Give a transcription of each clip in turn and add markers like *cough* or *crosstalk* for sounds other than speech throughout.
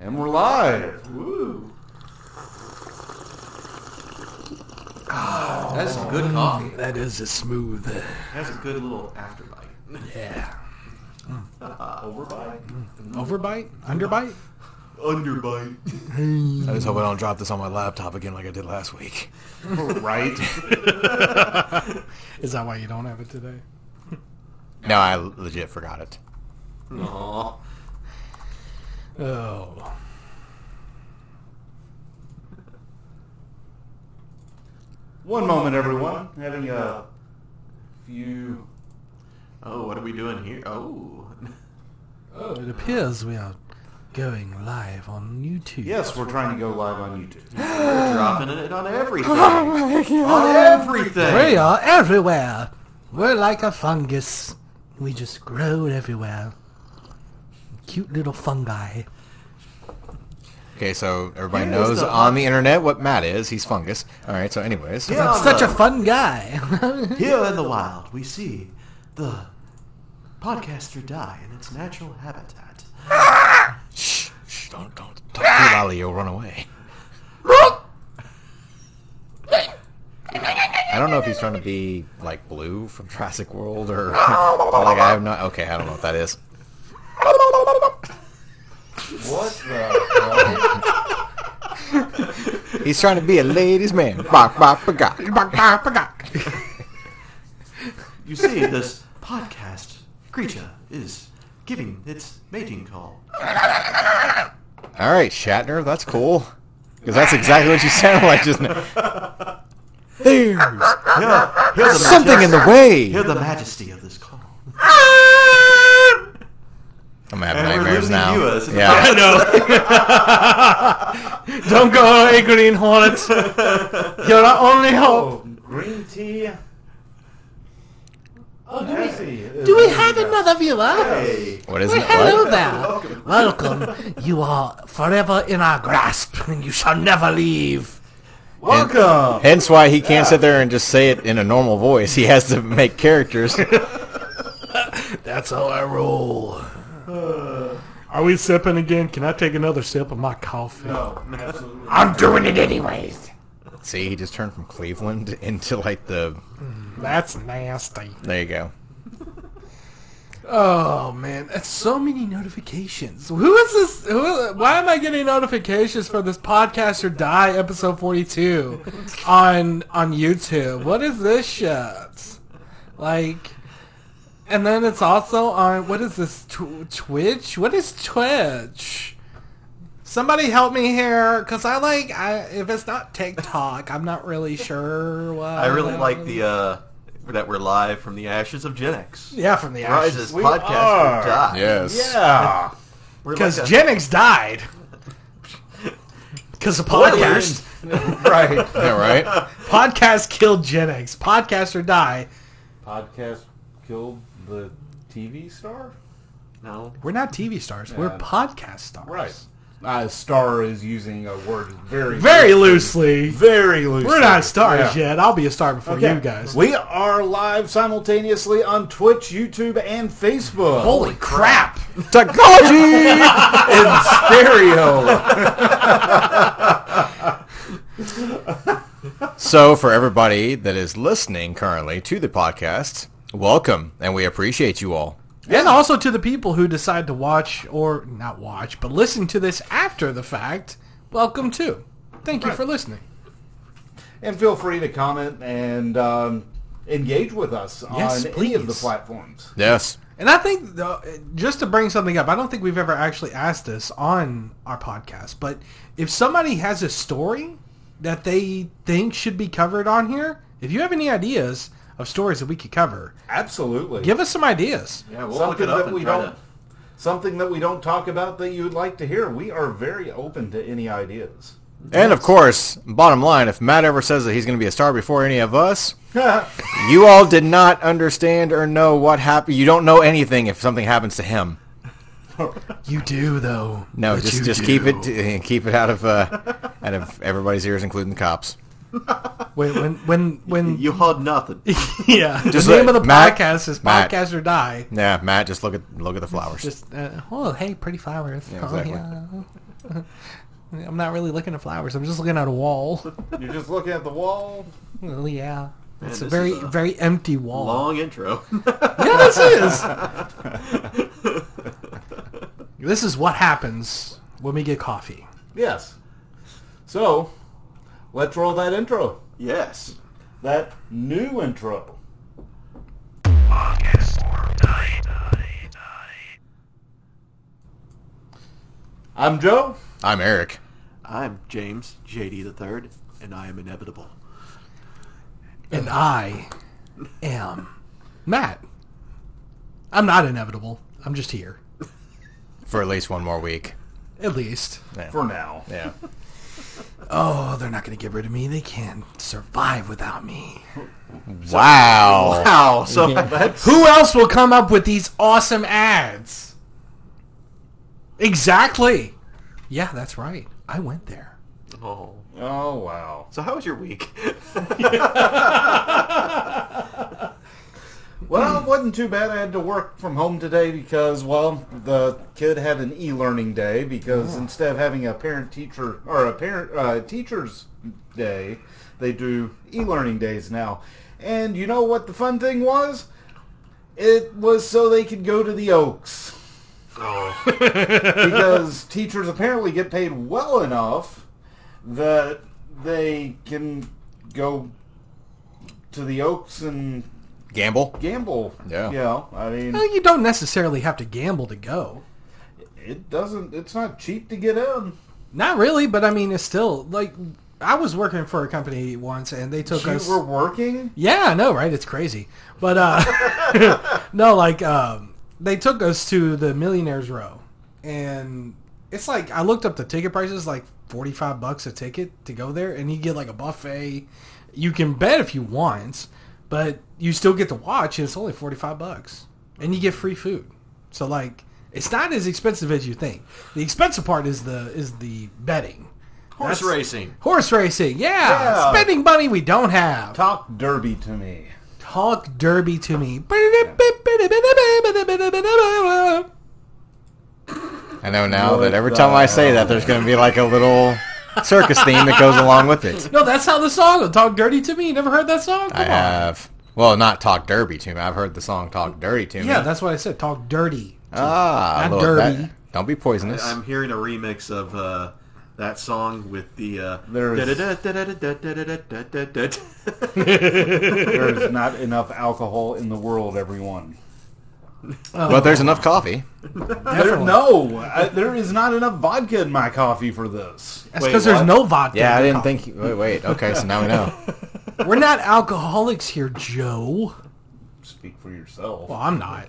And we're live. Woo. That's Oh. good coffee. That is a smooth. uh, That's a good little afterbite. Yeah. Uh, *laughs* overbite? Overbite? Underbite? Underbite. I just hope I don't drop this on my laptop again like I did last week. *laughs* Right? Is that why you don't have it today? No, I legit forgot it. Aww. Oh. One moment, everyone. Having a few. Oh, what are we doing here? Oh. Oh, It appears we are going live on YouTube. Yes, we're trying to go live on YouTube. *gasps* We're dropping it on everything. Oh On everything. We are everywhere. We're like a fungus. We just grow everywhere. Cute little fungi. Okay, so everybody Who is knows the- on the internet what Matt is. He's fungus. All right, so anyways. Yeah. I'm such a fun guy. *laughs* Here in the wild, we see the podcaster die in its natural habitat. Shh, shh, don't, don't *laughs* talk too loudly. You'll run away. I don't know if he's trying to be like Blue from Jurassic World or *laughs* like I have not. Okay, I don't know what that is. What the hell? He's trying to be a ladies' man. Bok, bok, bagok. Bok, bok, bagok. You see, this podcast creature is giving its mating call. All right, Shatner, that's cool. Because that's exactly what you *laughs* sound like just now. *laughs* There's Hear, hear the something in the majesty- way. Hear the majesty of this call. I'm having And we're nightmares losing now. viewers. *laughs* yeah. *laughs* don't go away, Green Hornets. You're our only hope. Oh, green tea. Oh, do, Do we have another viewer? Hey. What is Well, it? hello What? there. Welcome. You are forever in our grasp, and you shall never leave. Welcome. Hence why he can't sit there and just say it in a normal voice. He has to make characters. *laughs* That's how I roll. Are we sipping again? Can I take another sip of my coffee? No, absolutely. I'm doing it anyways. See, he just turned from Cleveland into like the. That's nasty. There you go. Oh man, that's so many notifications. Who is this? Who? Why am I getting notifications for this podcast or die episode forty *laughs* two on on YouTube? What is this shit? Like, and then it's also on what is this tw- Twitch? What is Twitch? Somebody help me here, cause I like I if it's not TikTok, I'm not really sure what. I really like the uh, that we're live from the ashes of Gen X. yeah from the Rises ashes We podcast are. or die. Yes. Yeah. We're because like a- Jennings died. Because the Spoilers. podcast. Right. *laughs* Yeah, right? Podcast killed Gen X. Podcast or die. *laughs* Podcast killed the TV star? no. We're not TV stars. Yeah. We're podcast stars. Right. Uh, star is using a word very Very loosely. Very loosely. We're not stars Yeah. yet. I'll be a star before Okay. you guys. We are live simultaneously on Twitch, YouTube, and Facebook. Holy crap. Technology! in stereo. so, for everybody that is listening currently to the podcast, welcome, and we appreciate you all. And also to the people who decide to watch or not watch, but listen to this after the fact, welcome too. Thank you for listening. and feel free to comment and um, engage with us Yes, on any of the please. platforms. Yes. And I think, uh, just to bring something up, I don't think we've ever actually asked this on our podcast, but if somebody has a story that they think should be covered on here, if you have any ideas of stories that we could cover, Absolutely. give us some ideas. yeah, we'll Something look it that up and we try don't- to- Something that we don't talk about that you would like to hear. We are very open to any ideas. And of course, bottom line, if Matt ever says that he's going to be a star before any of us, you all did not understand or know what happened. You don't know anything if something happens to him. You do, though. No, But you just just do. keep it *laughs* keep it out of uh, out of everybody's ears, including the cops. Wait, when, when, *laughs* when, You heard nothing. *laughs* yeah, Just the name let- of the Matt- podcast is Matt. Podcast or Die. Yeah, Matt, just look at look at the flowers. Just, uh, oh, hey, pretty flowers. Yeah, exactly. Oh, yeah. *laughs* I'm not really looking at flowers. I'm just looking at a wall. *laughs* You're just looking at the wall. Well, yeah, it's a this very is a very empty wall. Long intro. Yeah, *laughs* this is. this is what happens when we get coffee. Yes. So, let's roll that intro. yes. That new intro. I'm Joe. I'm Eric. I'm James JD the Third, and I am inevitable. And I am Matt. I'm not inevitable. I'm just here. For at least one more week. At least. For now. Yeah. Oh, they're not going to get rid of me. They can't survive without me. *laughs* Wow. Wow. Oh, So *laughs* that's Who else will come up with these awesome ads? Exactly. Yeah, that's right. I went there. oh. Oh wow. So how was your week? Well, it wasn't too bad. I had to work from home today because, well, the kid had an e-learning day because instead of having a parent-teacher or a parent uh, teachers day, they do e-learning days now. And you know what the fun thing was? It was so they could go to the Oaks oh. because teachers apparently get paid well enough that they can go to the Oaks and Gamble. gamble. Yeah. You know, I mean. Well, you don't necessarily have to gamble to go. It doesn't. It's not cheap to get in. Not really, but I mean, it's still like I was working for a company once, and they took You us. were working. Yeah, I know, right? It's crazy, but uh, *laughs* no, like um, they took us to the millionaires row, and it's like I looked up the ticket prices, like forty five bucks a ticket to go there, and you get like a buffet. You can bet if you want, but you still get to watch, and it's only forty five bucks, and you get free food. So like, it's not as expensive as you think. The expensive part is the is the betting. Horse That's- racing. Horse racing, yeah. Yeah. Spending money we don't have. Talk derby to me. Talk Derby to me. I know now What that every the time uh, I say that, there's going to be like a little circus theme that goes along *laughs* with it. No, that's how the song Talk Dirty to Me. You never heard that song? Come I uh, have. Well, not talk derby to me. I've heard the song "Talk Dirty to on. Me." Yeah, that's what I said. Talk Dirty. ah, Not look, that- derby. don't be poisonous. I'm hearing a remix of uh, that song with the. Uh, There is- There is not *laughs* enough alcohol in the world, everyone. but there's enough coffee. Oh. There, no, I, there is not enough vodka in my coffee for this. That's Wait, because there's what? no vodka. Yeah, I in the didn't think. Wait, wait. Okay, so now we know. coffee. We're not alcoholics here, Joe. Speak for yourself. Well, I'm not.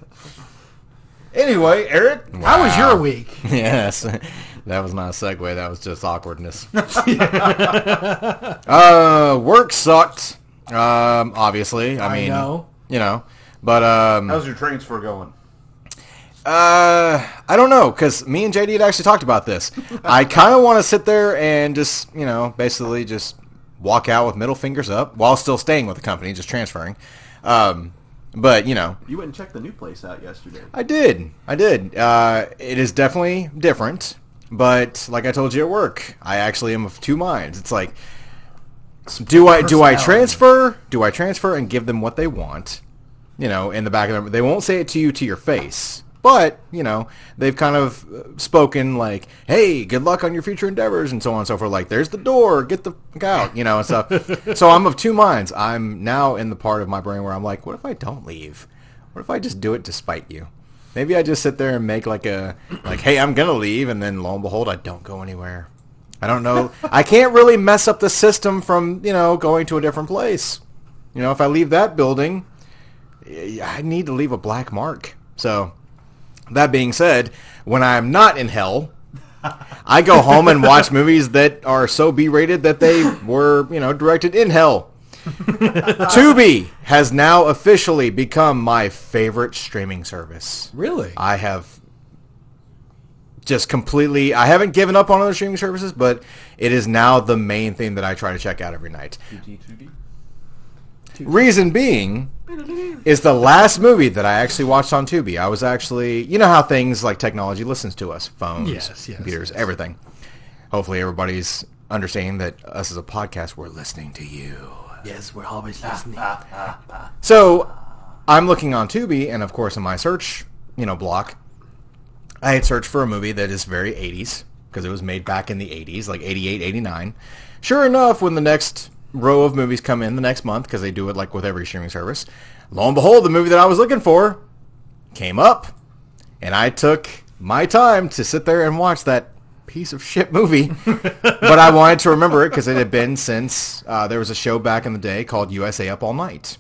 Anyway, Eric, *laughs* How was Wow. your week? *laughs* yes, that was not a segue. That was just awkwardness. *laughs* uh, work sucked. Um, obviously. I I mean, know. you know, but um, how's your transfer going? Uh, I don't know because me and JD had actually talked about this. I kind of want to sit there and just you know basically just walk out with middle fingers up while still staying with the company, just transferring. Um, but you know, you went and checked the new place out yesterday. I did, I did. Uh, it is definitely different, but like I told you at work, I actually am of two minds. It's like, do I do I Personality. transfer? Do I transfer and give them what they want? you know, in the back of them. They won't say it to you to your face, but you know, they've kind of uh, spoken like, "Hey, good luck on your future endeavors," and so on and so forth. Like, "There's the door, get the fuck out," you know, and stuff. so I'm of two minds. I'm now in the part of my brain where I'm like, "What if I don't leave? What if I just do it to spite you?" Maybe I just sit there and make like a like, "Hey, I'm gonna leave," and then lo and behold, I don't go anywhere. I don't know. I can't really mess up the system from you know going to a different place. You know, if I leave that building, I need to leave a black mark. So, that being said, when I'm not in hell, I go home and watch movies that are so B-rated that they were, you know, directed in hell. Tubi has now officially become my favorite streaming service. Really? I have just completely I haven't given up on other streaming services, but it is now the main thing that I try to check out every night. Reason being is the last movie that I actually watched on Tubi. I was actually, you know how things like technology listens to us, phones, Yes, yes, computers, yes. everything. Hopefully, everybody's understanding that us as a podcast, we're listening to you. Yes, we're always listening. So I'm looking on Tubi, and of course, in my search, you know, block, I had searched for a movie that is very 80s because it was made back in the 80s, like 88, 89. Sure enough, when the next row of movies come in the next month, because they do it like with every streaming service, lo and behold, the movie that I was looking for came up, and I took my time to sit there and watch that piece of shit movie. but I wanted to remember it because it had been since uh, there was a show back in the day called USA Up All Night.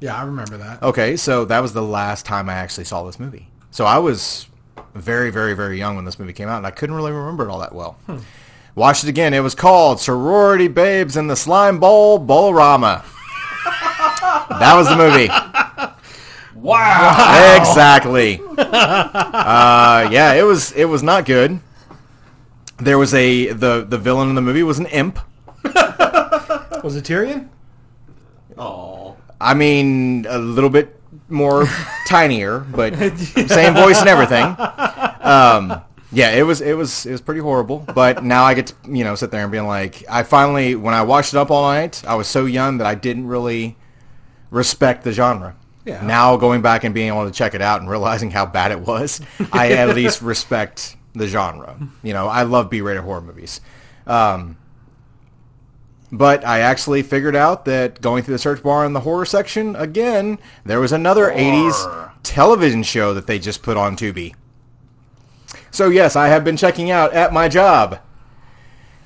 Yeah, I remember that. Okay, so that was the last time I actually saw this movie. So I was very, very, very young when this movie came out, and I couldn't really remember it all that well. Watched it again. It was called Sorority Babes in the Slime Bowl Bolorama. that was the movie. Wow. Exactly. uh, yeah, it was it was not good. There was a the the villain in the movie was an imp. Was it Tyrion? Oh, I mean, a little bit *laughs* more tinier, but same voice and everything. Um, yeah, it was it was it was pretty horrible. But now I get to you know sit there and being like, I finally when I watched it up all night, I was so young that I didn't really respect the genre. Yeah. Now going back and being able to check it out and realizing how bad it was, I *laughs* at least respect the genre. You know, I love B-rated horror movies. Um, but I actually figured out that going through the search bar in the horror section again, there was another 80s television show that they just put on Tubi. So yes, I have been checking out at my job.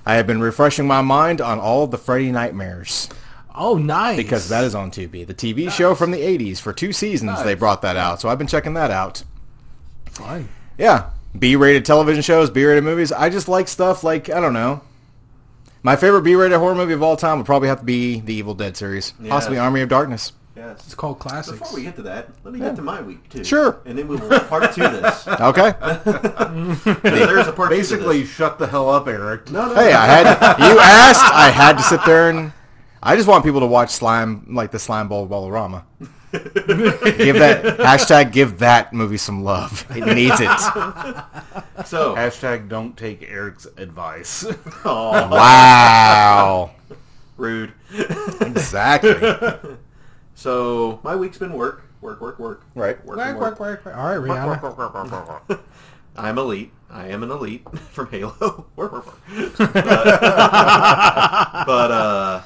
I have been refreshing my mind on all the Freddy Nightmares Oh, nice. because that is on Tubi. The TV show from the 80s for two seasons they brought that out. So I've been checking that out. fun. Yeah, B-rated television shows, B-rated movies. I just like stuff like I don't know. My favorite B-rated horror movie of all time would probably have to be the Evil Dead series, possibly Army of Darkness. It's yes. called classics. Before we get to that, let me get to my week too. Sure. And then we will part two *laughs* this. Okay. There's a part two to this. Basically, shut the hell up, Eric. No, no. hey, I had you asked. I had to sit there and I just want people to watch slime like the slime bowl ballorama. give that hashtag. Give that movie some love. It needs it. So, *laughs* Hashtag don't take Eric's advice. Aw, Wow. rude. Exactly. So, my week's been work, work, work, work. Right. Work, Quack, and quack, work. quack, quack. All right, Rihanna. *laughs* I'm elite. I am an elite *laughs* from Halo. Work, work, work. but *laughs* but, uh,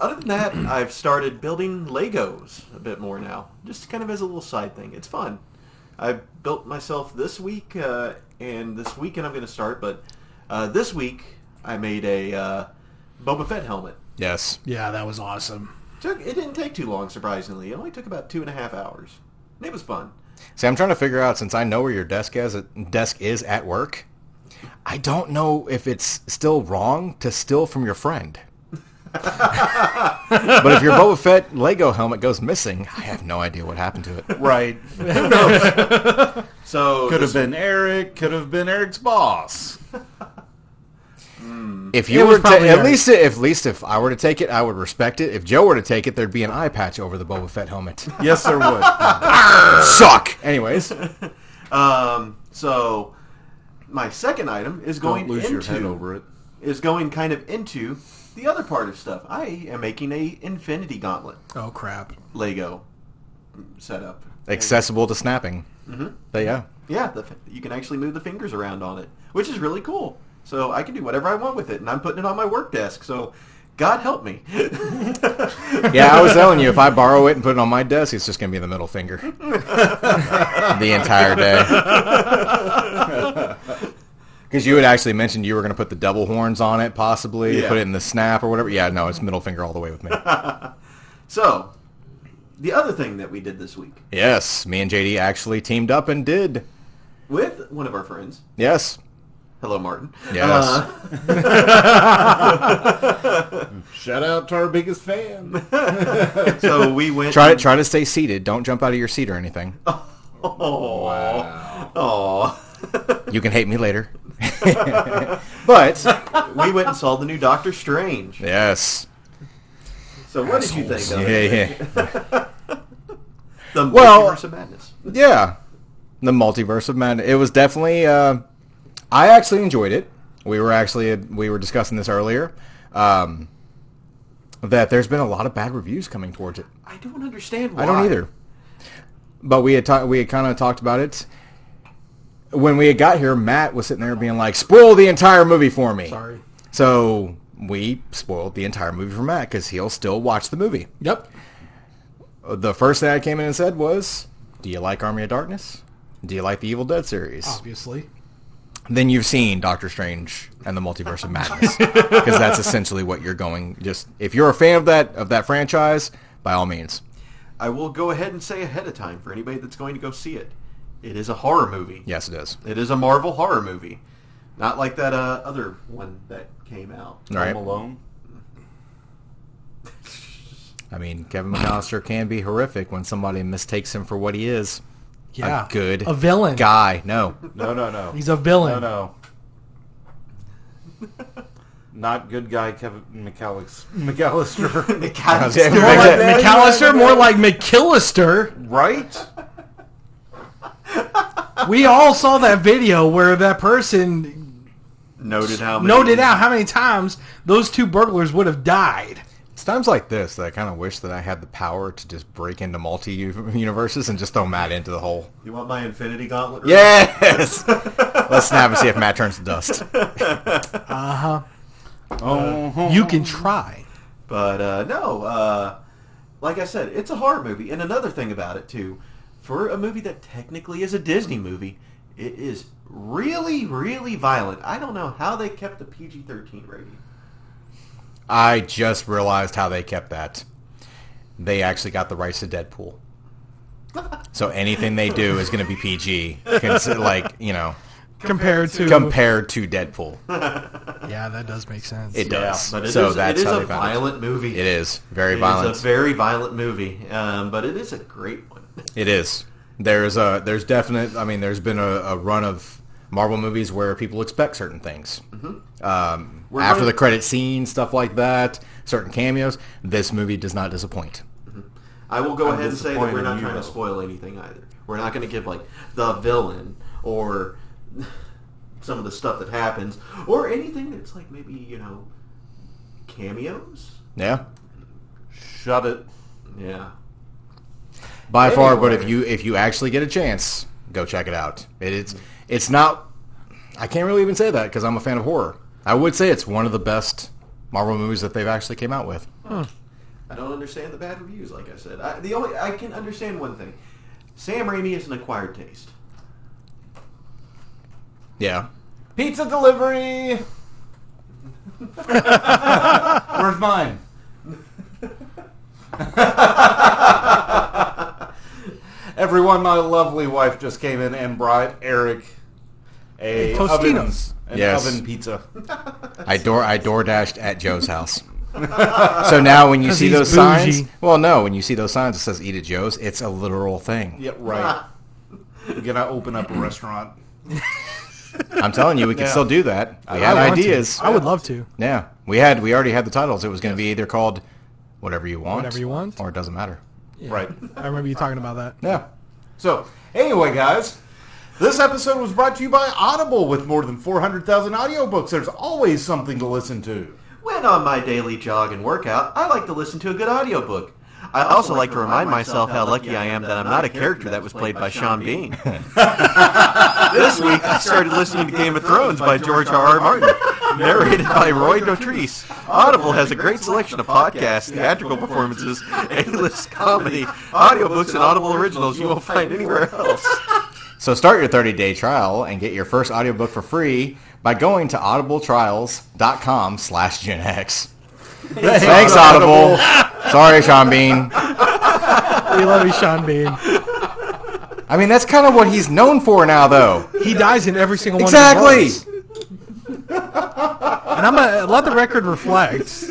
other than that, I've started building Legos a bit more now, just kind of as a little side thing. It's fun. I built myself this week, uh, and this weekend I'm going to start. But uh, this week I made a uh, Boba Fett helmet. Yes. Yeah, that was awesome. Took it didn't take too long, surprisingly. It only took about two and a half hours. And it was fun. See, I'm trying to figure out since I know where your desk is at, desk is at work. I don't know if it's still wrong to steal from your friend. but if your Boba Fett Lego helmet goes missing, I have no idea what happened to it. right. So Could this- have been Eric. Could have been Eric's boss. If you It was were to, probably at yours. least if at least if I were to take it, I would respect it. If Joe were to take it, there'd be an eye patch over the Boba Fett helmet. *laughs* Yes, there would. Suck. Anyways, Um, so my second item is going Don't lose into your head over it. is going kind of into the other part of stuff. I am making a Infinity Gauntlet Oh crap. Lego setup. accessible to snapping. Mm-hmm. But yeah, Yeah, the, you can actually move the fingers around on it, which is really cool. So I can do whatever I want with it, and I'm putting it on my work desk. So God help me. *laughs* yeah. I was telling you, if I borrow it and put it on my desk, it's just gonna be the middle finger the entire day. *laughs* Because you had actually mentioned you were going to put the double horns on it, possibly Yeah. put it in the snap or whatever. Yeah, no, it's middle finger all the way with me. so the other thing that we did this week yes, me and JD actually teamed up and did. with one of our friends, Yes, hello Martin. Uh, Yes. Shout out to our biggest fan. So we went. Try to try to stay seated. Don't jump out of your seat or anything. Aw. Aw. You can hate me later. *laughs* but we went and saw the new Doctor Strange. yes, So what did you think of yeah, it? yeah, The Well- Multiverse of Madness. yeah. The multiverse of madness. It was definitely. Uh, I actually enjoyed it. We were actually we were discussing this earlier. Um, that there's been a lot of bad reviews coming towards it. I don't understand why. I don't either. But we had ta- we had kind of talked about it when we had got here. Matt was sitting there being like, "Spoil the entire movie for me." Sorry. So we spoiled the entire movie for Matt because he'll still watch the movie. Yep. The first thing I came in and said was, "Do you like Army of Darkness? Do you like the Evil Dead series?" Oh. Obviously. Then you've seen Doctor Strange and the Multiverse of *laughs* Madness because that's essentially what you're going. Just if you're a fan of that of that franchise, by all means. I will go ahead and say ahead of time for anybody that's going to go see it. It is a horror movie. Yes, it is. It is a Marvel horror movie. Not like that uh, other one that came out. *laughs* All right. Home Alone. I mean, Kevin McAllister can be horrific when somebody mistakes him for what he is. Yeah. A good A villain. guy. No. No, no, no. He's a villain. No, no. Not good guy Kevin McAllis- McAllister. *laughs* McAllister. More More Right like there. McAllister, more like McKillister. right? We all saw that video where that person *laughs* Noted how many. noted out how many times those two burglars would have died. It's times like this that I kind of wish that I had the power to just break into multi-universes and just throw Matt into the hole. You want my Infinity Gauntlet? Yes! *laughs* Let's snap and see if Matt turns to dust. Oh, You can try. But uh, no, uh, like I said, it's a horror movie. And another thing about it too, for a movie that technically is a Disney movie, it is really, really violent. I don't know how they kept the PG thirteen rating. I just realized how they kept that. They actually got the rights to Deadpool. So anything they do is going to be PG, cons- like, you know, Compared to compared to Deadpool. yeah, that does make sense. It does. but it is so that's it is how a they found it. violent movie. It is very It is violent. a very violent movie, um, but it is a great one. *laughs* it is. There's a there's definite. I mean, there's been a, a run of Marvel movies where people expect certain things. Um, Mm-hmm. We're after going- the credit scene, stuff like that, certain cameos. This movie does not disappoint. I will go I'm ahead and say that we're disappointed not in you, trying to though. spoil anything either. We're not going to give like the villain or *laughs* some of the stuff that happens or anything that's like maybe you know cameos. Yeah, shut it. Yeah, by far. But if Anyway. you if you actually get a chance, go check it out. It, it's it's not. I can't really even say that because I'm a fan of horror. I would say it's one of the best Marvel movies that they've actually came out with. I don't understand the bad reviews. Like I said, I, the only I can understand one thing: Sam Raimi is an acquired taste. Yeah. Pizza delivery. Where's *laughs* mine? Everyone, my lovely wife just came in and brought Eric a Tostinos. oven, an Yes. oven pizza. I door I door dashed at Joe's house. so now when you 'Cause see he's those bougie. signs, well, no, when you see those signs, it says "Eat at Joe's." It's a literal thing. Yeah, *laughs* right. We're gonna open up a restaurant. I'm telling you, we can Yeah. still do that. We had I want to. ideas. I would love to. Yeah, we had. We already had the titles. It was going to be either called "Whatever You Want," Whatever You Want. or it doesn't matter. Right. I remember you talking about that. Yeah. So, anyway, guys, this episode was brought to you by Audible with more than 400,000 audiobooks. There's always something to listen to. When on my daily jog and workout, I like to listen to a good audiobook. I also like to remind myself how lucky I am that I'm not a character that was played by Sean Bean. *laughs* this week, I started listening to Game of Thrones by George R. R. Martin, *laughs* narrated by Roy Dotrice. Audible has a great selection of podcasts, theatrical performances, A-list comedy, audiobooks, and Audible originals you won't find anywhere else. So start your 30-day trial and get your first audiobook for free by going to audibletrials.com slash Gen X. Thanks, Audible. Sorry, Sean Bean. We love you, Sean Bean. I mean, that's kind of what he's known for now, though. He dies in every single one. of Exactly. his roles. And I'm gonna let the record reflect.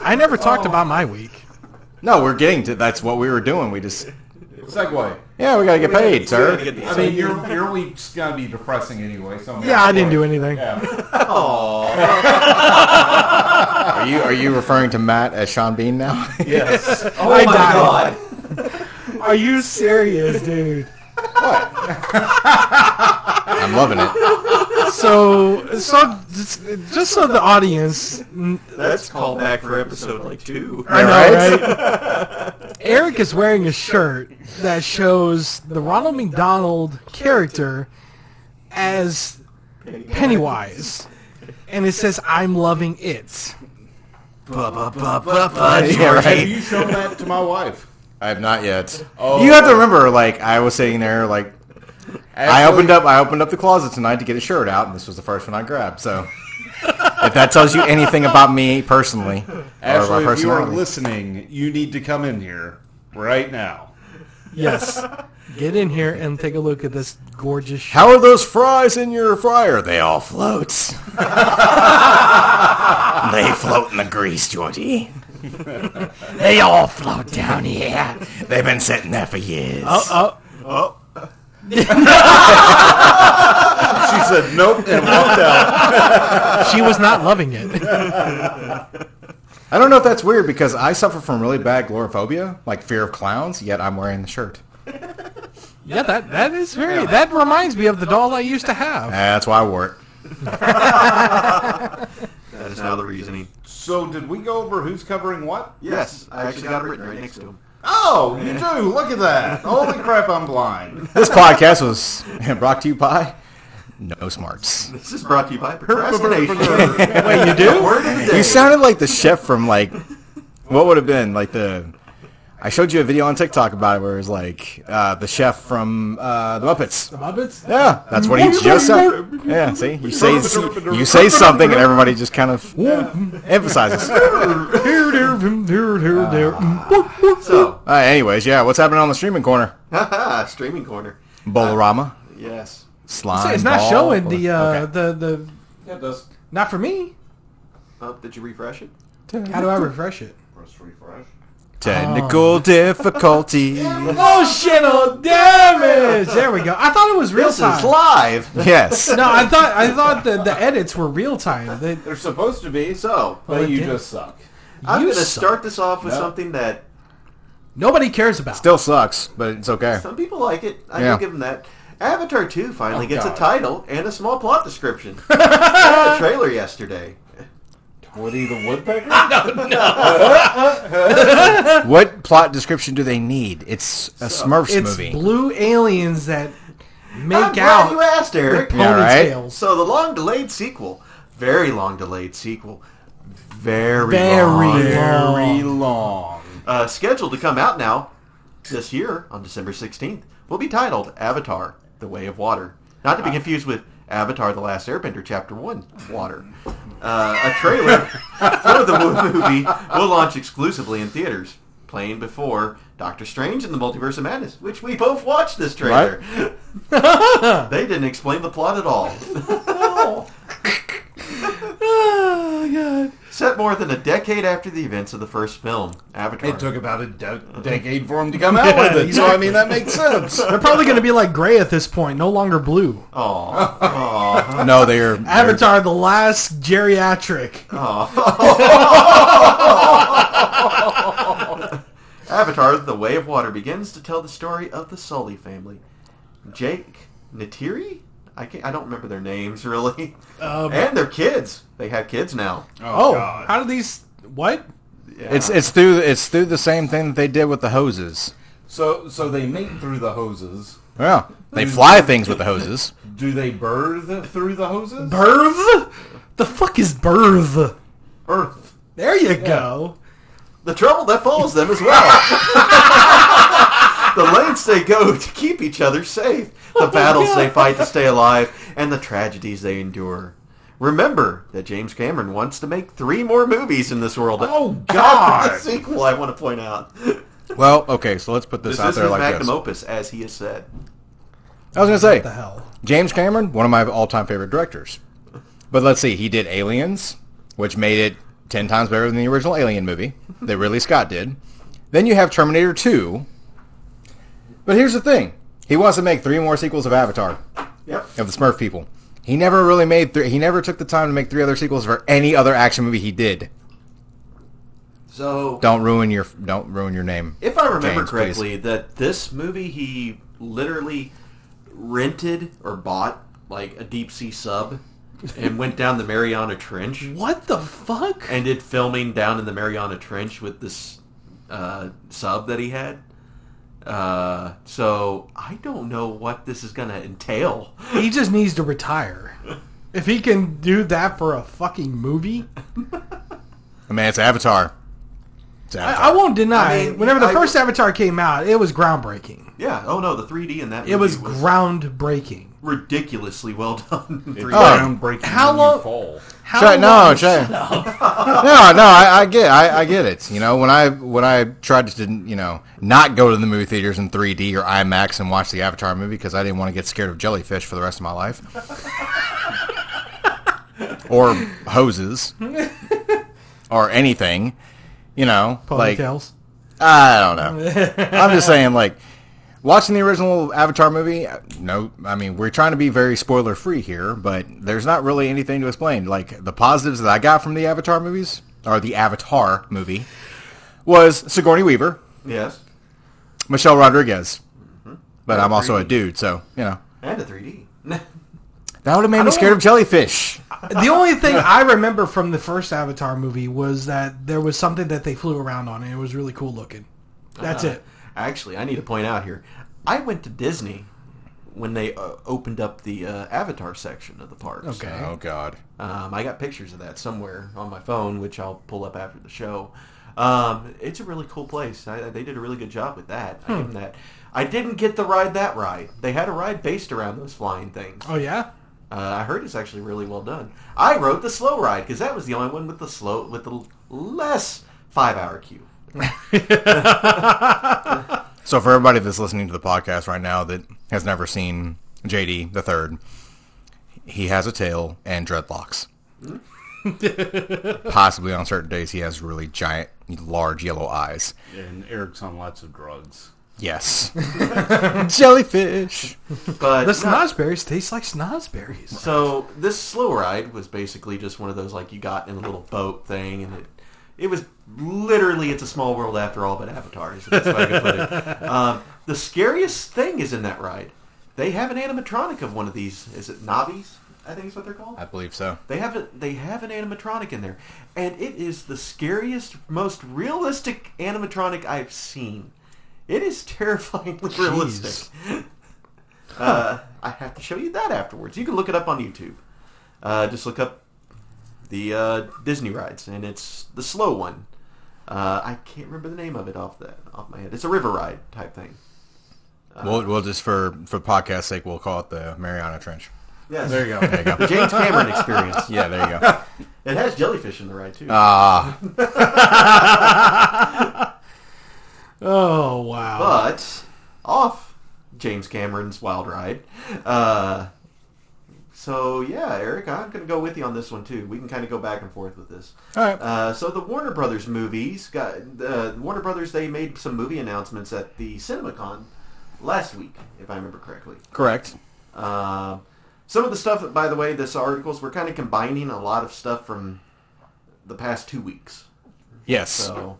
I never talked about my week. No, we're getting to. That's what we were doing. We just. Segway. Yeah, we gotta get paid, We're gonna sir. get the- I mean, your, your week's going to be depressing anyway. So Yeah, I didn't do anything. Yeah. Are you are you referring to Matt as Sean Bean now? *laughs* *laughs* Yes. Oh I my died. God. Are you serious, dude? I'm loving it. so so just, just so the audience, That's callback for episode like two. I know, Alright. right? Eric is wearing a shirt that shows the Ronald McDonald character as Pennywise, and it says, "I'm loving it." *laughs* Yeah, Have right. you shown that to my wife? I have not yet. You have to remember, like I was sitting there, like I Actually, opened up, I opened up the closet tonight to get a shirt out, and this was the first one I grabbed. So, if that tells you anything about me personally or my Ashley, if you are personality, listening, you need to come in here right now. *laughs* Yes, get in here and take a look at this gorgeous shirt. how are those fries in your fryer? They all float. *laughs* they float in the grease, Georgie. they all float down here. They've been sitting there for years. Oh, She said nope and walked out. she was not loving it. I don't know if that's weird because I suffer from really bad glorophobia, like fear of clowns, yet I'm wearing the shirt. Yeah, that that is very. That reminds me of the doll I used to have. That's why I wore it. That is now the reasoning. So did we go over who's covering what? Yes, I actually got it written right next to him. Oh, you do. Look at that. Holy crap, I'm blind. This podcast was *laughs* brought to you by No Smarts. This is brought to *laughs* you by procrastination. Wait, you do? Word of the day. You sounded like the chef from like what would have been like the. I showed you a video on TikTok about it where it was like uh, the chef from uh, the Muppets. Muppets. Yeah, that's what he just said. Yeah, see, you say you say something and everybody just kind of emphasizes. Uh, Ah. So, *laughs* anyways, yeah, what's happening on the streaming corner? haha, streaming corner. Bolorama. Yes. slime. It's not ball, showing or- the uh, okay. the the. That does. Not for me. Oh, did you refresh it? How do I refresh it? Press refresh. technical Oh. difficulty. Emotional damage. There we go. I thought oh, it was real This is time. live. yes. *laughs* No, I thought I thought the the edits were real time. They, They're supposed to be, so So, but you did. just suck. I'm You going to suck. start this off with No. something that nobody cares about. Still sucks, but it's okay. some people like it. I Yeah. can give them that. Avatar 2 finally Oh, gets God. a title and a small plot description. I got the trailer yesterday. Woody the Woodpecker? What plot description do they need? It's a Smurfs It's movie. blue aliens that I'm make glad you out asked, Eric. Yeah, right? ponytails. So the long delayed sequel, very long delayed sequel, very Very long, Very long. Uh, scheduled to come out now this year on December sixteenth. Will be titled Avatar: The Way of Water, not to be confused with Avatar: The Last Airbender Chapter One: Water. Uh, a trailer for the mo- movie will launch exclusively in theaters, playing before Doctor Strange and the Multiverse of Madness, which we both watched this trailer. they didn't explain the plot at all. *laughs* Oh god. Set more than a decade after the events of the first film, Avatar. It took about a de- decade for him to *laughs* come out with it, so I mean, that makes sense. They're probably going to be like gray at this point, no longer blue. *laughs* Aw. No, they're they're- Avatar, the last geriatric. Avatar: The Way of Water begins to tell the story of the Sully family. Jake Natiri, I can't, I don't remember their names *laughs* really, Um, and their kids. They have kids now. uh, Oh, God. how do these? What? Yeah. It's it's through it's through the same thing that they did with the hoses. So, so they mate through the hoses. Yeah, they fly things with the hoses. Do they birth through the hoses? Birth? The fuck is birth? Earth. There you go. the trouble that follows them as well. the lengths they go to keep each other safe, the battles they fight to stay alive, and the tragedies they endure. Remember that James Cameron wants to make three more movies in this world. Oh, After God. *laughs* the sequel, I want to point out. Well, okay, so let's put this, This out is there his like magnum this. opus, as he has said. I was gonna say What the hell? James Cameron, one of my all-time favorite directors. But let's see, he did Aliens, which made it 10 times better than the original Alien movie that Ridley Scott did. Then you have Terminator 2. But here's the thing. He wants to make three more sequels of Avatar, Yep. of the Smurf people. He never really made three. He never took the time to make three other sequels for any other action movie he did. So, Don't ruin your don't ruin your name. if I remember James, please. correctly, that this movie he literally rented or bought like a deep sea sub and went down the Mariana Trench What the fuck? and did filming down in the Mariana Trench with this uh, sub that he had. Uh, so I don't know what this is gonna entail. *laughs* he just needs to retire. If he can do that for a fucking movie, I mean, it's Avatar. It's Avatar. I, I won't deny. I mean, whenever the I- first Avatar came out, it was groundbreaking. Yeah. Oh no, the 3D in that It was movie groundbreaking. ridiculously well done. in 3D. Groundbreaking how when you long- fall. How Try- no, long- try- no, *laughs* no. I, I get, I, I get it. You know, when I when I tried to, didn't, you know, not go to the movie theaters in 3D or IMAX and watch the Avatar movie because I didn't want to get scared of jellyfish for the rest of my *laughs* life, or hoses, or anything. You know, like Ponytails. I don't know. I'm just saying, like, watching the original Avatar movie, no, I mean, we're trying to be very spoiler free here, but there's not really anything to explain. Like, the positives that I got from the Avatar movies, or the Avatar movie, was Sigourney Weaver, *laughs* Yes. Michelle Rodriguez. But I'm also a dude, so, you know. And a *laughs* 3D. That would have made me scared of jellyfish. the only thing I remember from the first Avatar movie was that there was something that they flew around on, and it was really cool looking. *laughs* That's it. Uh, Actually, I need to point out here. I went to Disney when they uh, opened up the uh, Avatar section of the parks. Okay. Oh, God. Um, I got pictures of that somewhere on my phone, which I'll pull up after the show. Um, it's a really cool place. I, I- they did a really good job with that. I give them that. I didn't get the ride that ride. They had a ride based around those flying things. Oh yeah. Uh, I heard it's actually really well done. I rode the slow ride because that was the only one with the slow with the l- less five hour queue. So, for everybody that's listening to the podcast right now that has never seen JD the Third, he has a tail *laughs* and dreadlocks. Possibly on certain days, he has really giant, large yellow eyes. And Eric's on lots of drugs. Yes, jellyfish. But no, The snozberries taste like snozberries. So this slow ride was basically just one of those like you got in a little boat thing, and it it was literally it's a small world after all, but Avatar is the best way I can put it. Um, the scariest thing is in that ride. They have an animatronic of one of these. Is it Nobbies? I think is what they're called. I believe so. They have a, they have an animatronic in there, and it is the scariest, most realistic animatronic I've seen. It is *laughs* terrifyingly realistic. Uh, I have to show you that afterwards. You can look it up on YouTube. Uh, just look up the uh, Disney rides, and it's the slow one. Uh, I can't remember the name of it off the off my head. It's a river ride type thing. We'll, we'll just for for podcast sake, we'll call it the Mariana Trench. Yeah, There you There go. you go. The James Cameron experience. Yeah, there you go. It has jellyfish in the ride too. *laughs* Ah, Oh wow. But off James Cameron's Wild Ride. Uh, so yeah, Eric, I'm going to go with you on this one too. We can kind of go back and forth with this. all right. Uh, so the Warner Brothers movies got uh, Warner Brothers. They made some movie announcements at the CinemaCon last week, if I remember correctly. Correct. Uh, some of the stuff, that, by the way, this articles we're kind of combining a lot of stuff from the past two weeks. Yes, So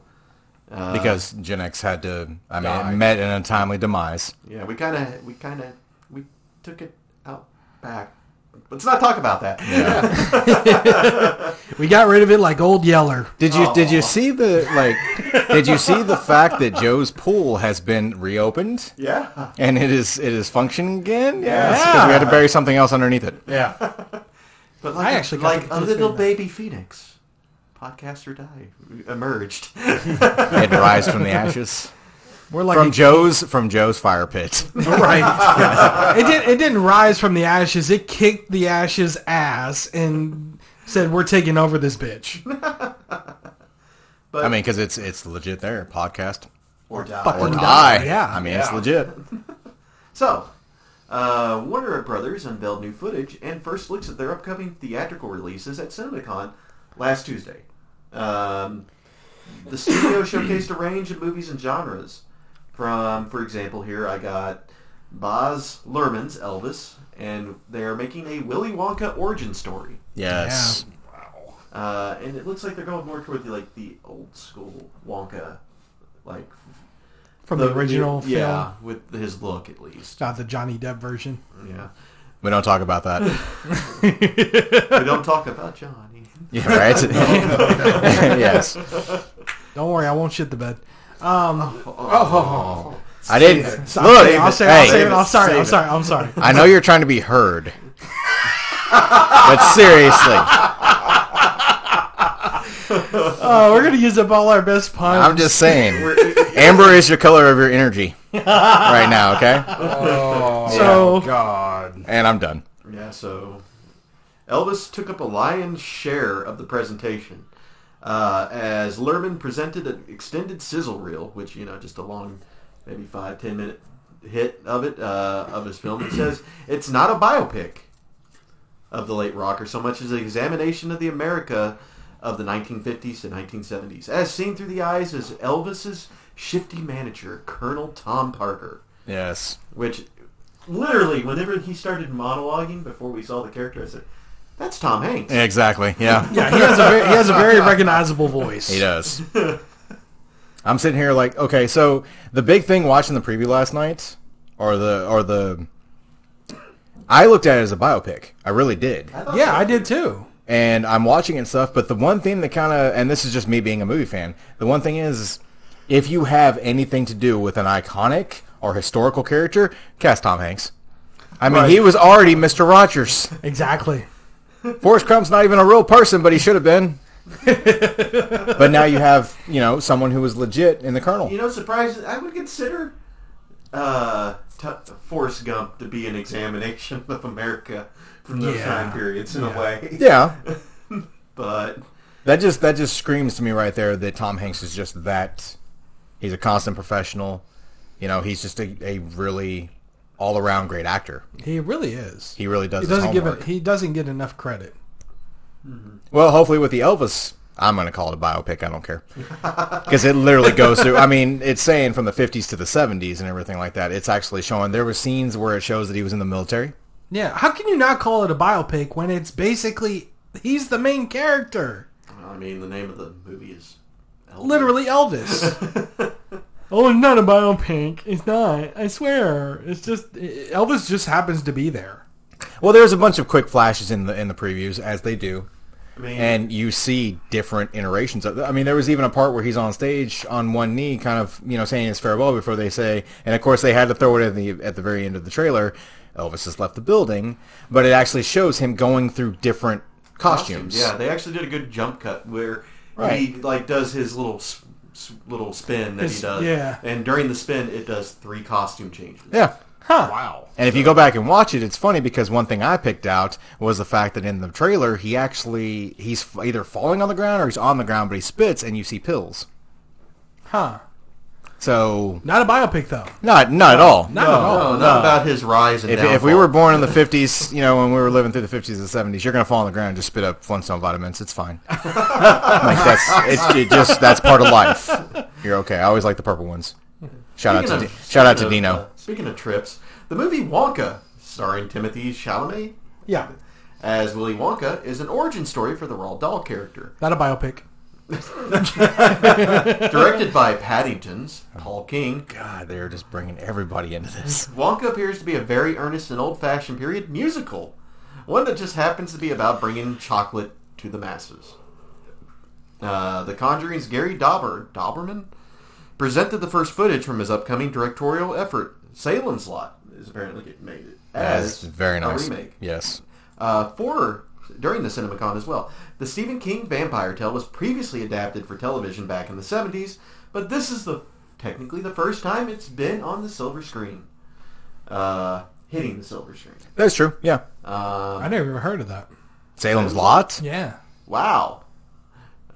uh, because Gen X had to. I mean, Die. it met an untimely demise. Yeah, we kind of, we kind of, we took it out back. Let's not talk about that. we got rid of it like old Yeller. Did you did Aw. you see the like? did you see the fact that Joe's pool has been reopened *laughs* yeah. and it is it is functioning again? Yeah. because we had to bury something else underneath it. Yeah. But I like, actually got to like a participate little in that. baby phoenix, podcast or die emerged. It rise from the ashes *laughs* We're like from Joe's from Joe's fire pit. *laughs* right. it didn't. It didn't rise from the ashes. It kicked the ashes ass and said, "We're taking over this bitch." I mean, because it's it's legit there. Podcast or die. or Fucking die. Yeah. I mean it's Yeah. legit. So, uh, Warner Brothers unveiled new footage and first looks at their upcoming theatrical releases at CinemaCon last Tuesday. Um, the *coughs* studio showcased a range of movies and genres. From, for example, here I got Boz Luhrmann's Elvis, and they're making a Willy Wonka origin story. Yes. Uh, and it looks like they're going more toward the, like the old school Wonka, like From the, original film, Uh, yeah, with his look at least. not the Johnny Depp version. Yeah. We don't talk about *laughs* that. we don't talk about Johnny. Yeah, right. *laughs* yes, Don't worry, I won't shit the bed. I didn't. So Look, I'll say, I'll say, I'll hey, say it. I'm sorry. save I'm it. sorry. I'm *laughs* sorry. I know you're trying to be *laughs* heard, but seriously, Oh, we're gonna use up all our best puns. Oh. I'm just saying, amber is your color of your energy right now. Okay, Oh, So- God. and I'm done. *laughs* Yeah, so Elvis took up a lion's share of the presentation uh, as Lerman presented an extended sizzle reel, which you know, just a long, maybe five ten minute hit of it uh, of his film. It says it's not a biopic of the late rocker so much as an examination of the America of the 1950s to 1970s, as seen through the eyes of Elvis's shifty manager, Colonel Tom Parker Yes. which literally whenever he started monologuing before we saw the character i said that's tom hanks Exactly. *laughs* Yeah. yeah, he has a very, he has a very recognizable voice. He does. I'm sitting here like, okay, so the big thing watching the preview last night, or the or the, I looked at it as a biopic. I really did, I thought Yeah, so. I did too. and I'm watching it and stuff. But the one thing that kind of, and this is just me being a movie fan, the one thing is, if you have anything to do with an iconic or historical character, cast Tom Hanks. I mean, he was already Mr. Rogers. Exactly. Forrest Crump's not even a real person, but he should have *laughs* been. but now you have, you know, someone who was legit in the you Colonel. know surprised i would consider uh t- forrest gump to be an examination of america from those Yeah. time periods in a way *laughs* Yeah, but that just that just screams to me right there that Tom Hanks is just that. He's a constant professional. You know, he's just a, a really all around great actor. He really is. He really does. He He doesn't give it. He doesn't get enough credit. Well, hopefully with the Elvis, I'm going to call it a biopic. I don't care *laughs* because it literally goes through. I mean, it's saying from the 50s to the 70s and everything like that. It's actually showing there were scenes where it shows that he was in the military. Yeah. How can you not call it a biopic when it's basically he's the main character? i mean the name of the movie is Elvis. Literally Elvis. *laughs* oh, it's not a biopic. It's not. I swear. It's just Elvis just happens to be there. Well, there's a bunch of quick flashes in the in the previews as they do, *laughs* i mean and you see different iterations of. I mean, there was even a part where he's on stage on one knee, kind of you know saying his farewell before they say, and of course they had to throw it at the at the very end of the trailer. Elvis has left the building, but it actually shows him going through different costumes. Yeah, they actually did a good jump cut where he Right. like does his little s- s- little spin that His- he does. yeah. And during the spin, it does three costume changes. yeah. Huh. Wow. And if you go back and watch it, it's funny because one thing I picked out was the fact that in the trailer he actually he's f- either falling on the ground or he's on the ground, but he spits and you see pills. Huh. So Not a biopic though. not not at all. Not at all. No, not about his rise and If, downfall. if we were born in the 50s, you know, when we were living through the 50s and 70s, you're going to fall on the ground and just spit up Flintstone vitamins. It's fine. *laughs* like that's it's it just that's part of life. You're okay. I always like the purple ones. Shout out to Speaking Di- of- shout out to speaking Dino. of, uh, speaking of trips, the movie Wonka, starring Timothy Chalamet Yeah. as Willy Wonka, is an origin story for the Roald Dahl character. Not a biopic. Directed by Paddington's Paul King, God, they're just bringing everybody into this. Wonka appears to be a very earnest and old-fashioned period musical, one that just happens to be about bringing chocolate to the masses. Uh, the Conjuring's Gary Dauber, Dauberman presented the first footage from his upcoming directorial effort, Salem's Lot, is apparently getting made it as That's very nice. a remake. Yes. Uh, for during the CinemaCon as well, the Stephen King vampire tale was previously adapted for television back in the 70s, but this is the technically the first time it's been on the silver screen, uh, hitting the silver screen. That's true. Yeah. Um, I never even heard of that. Salem's Lot. Yeah. wow.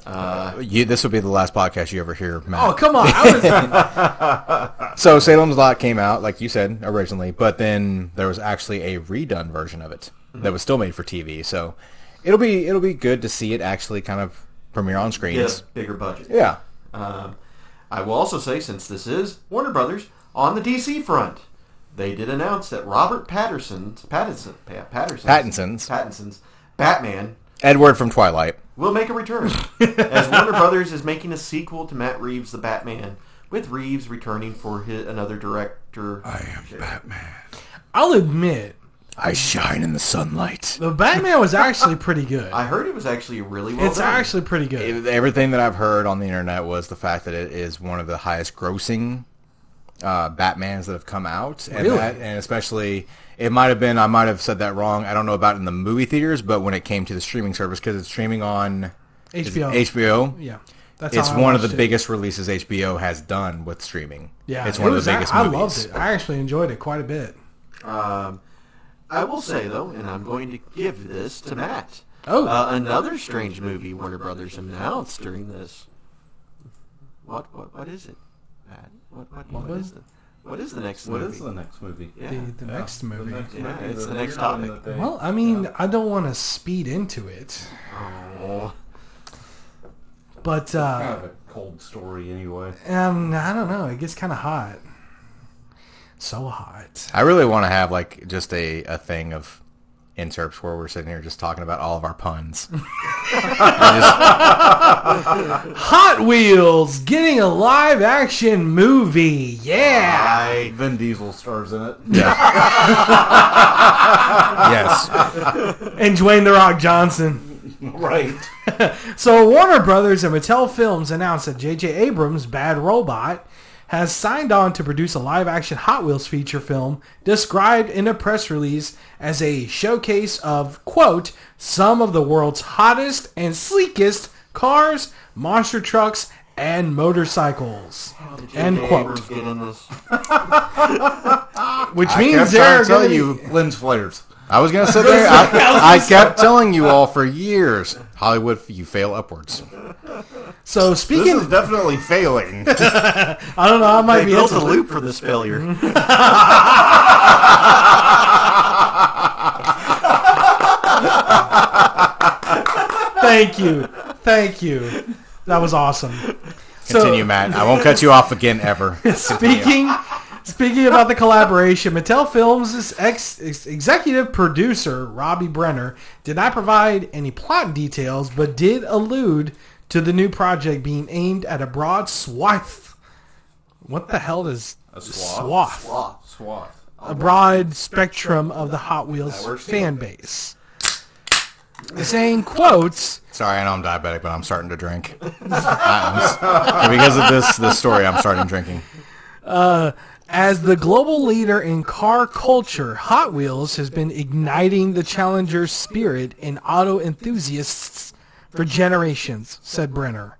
Uh, You, this will be the last podcast you ever hear, Matt. Oh come on! I *laughs* was, So Salem's Lot came out, like you said originally, but then there was actually a redone version of it that was still made for TV. So it'll be it'll be good to see it actually kind of premiere on get screens. a bigger budget. Yeah. Um, I will also say, since this is Warner Brothers on the DC front, they did announce that Robert Patterson's Pattinson, Pa- Patterson's Pattinson's. Pattinson's Batman Edward from Twilight. will make a return, as Warner Brothers is making a sequel to Matt Reeves' The Batman, with Reeves returning for his, another director. I'll admit, I shine in the sunlight. The Batman was actually pretty good. I heard it was actually really well it's done. actually pretty good. It- everything that I've heard on the internet was the fact that it is one of the highest grossing uh, Batmans that have come out, and Really? that, and especially it might have been I might have said that wrong. I don't know about in the movie theaters, but when it came to the streaming service because it's streaming on is it HBO. HBO, yeah, that's it's how I one of the watched it. biggest releases HBO has done with streaming. Yeah, it's it one of was- the biggest. I, movies. I loved it. I actually enjoyed it quite a bit. Um, I will say though, and I'm going to give this to Matt. Oh. uh, another strange movie Warner Brothers announced during this. What what what is it, Matt? What what what is the what is the next What movie? is the next movie? yeah. The, the next movie. next Yeah, movie it's that the next they're on topic. that they- well, I mean, I don't want to speed into it, Oh. but kind uh, of a cold story anyway. um, I don't know. It gets kind of hot. So hot. I really want to have like just a, a thing of interps where we're sitting here just talking about all of our *laughs* puns. Hot Wheels getting a live action movie. Yeah. I Vin Diesel stars in it. yes, And Dwayne The Rock Johnson. *laughs* right. So Warner Brothers and Mattel Films announced that J.J. Abrams' Bad Robot has signed on to produce a live-action Hot Wheels feature film described in a press release as a showcase of, quote, some of the world's hottest and sleekest cars, monster trucks, and motorcycles. End J.J. quote. Abrams Get in this. Which I means kept trying they're to tell going you. Lens flares. I was gonna sit *laughs* there. I, I kept telling you all for years, Hollywood, you fail upwards. So This speaking, is definitely failing. I don't know, I might They be built a into loop for this failure. Thank you, thank you. That was awesome. So- Continue, Matt. I won't cut you off again *laughs* ever. Speaking speaking about the collaboration, Mattel Films' ex, ex- executive producer Robbie Brenner did not provide any plot details, but did allude to the new project being aimed at a broad swath. What the hell is a swath? swath? Swath. A broad spectrum of the Hot Wheels fan base. Saying quotes. Sorry, I know I'm diabetic, but I'm starting to drink. I- I'm s- because of this this story, I'm starting drinking. As the global leader in car culture, Hot Wheels has been igniting the challenger spirit in auto enthusiasts for generations, said Brenner.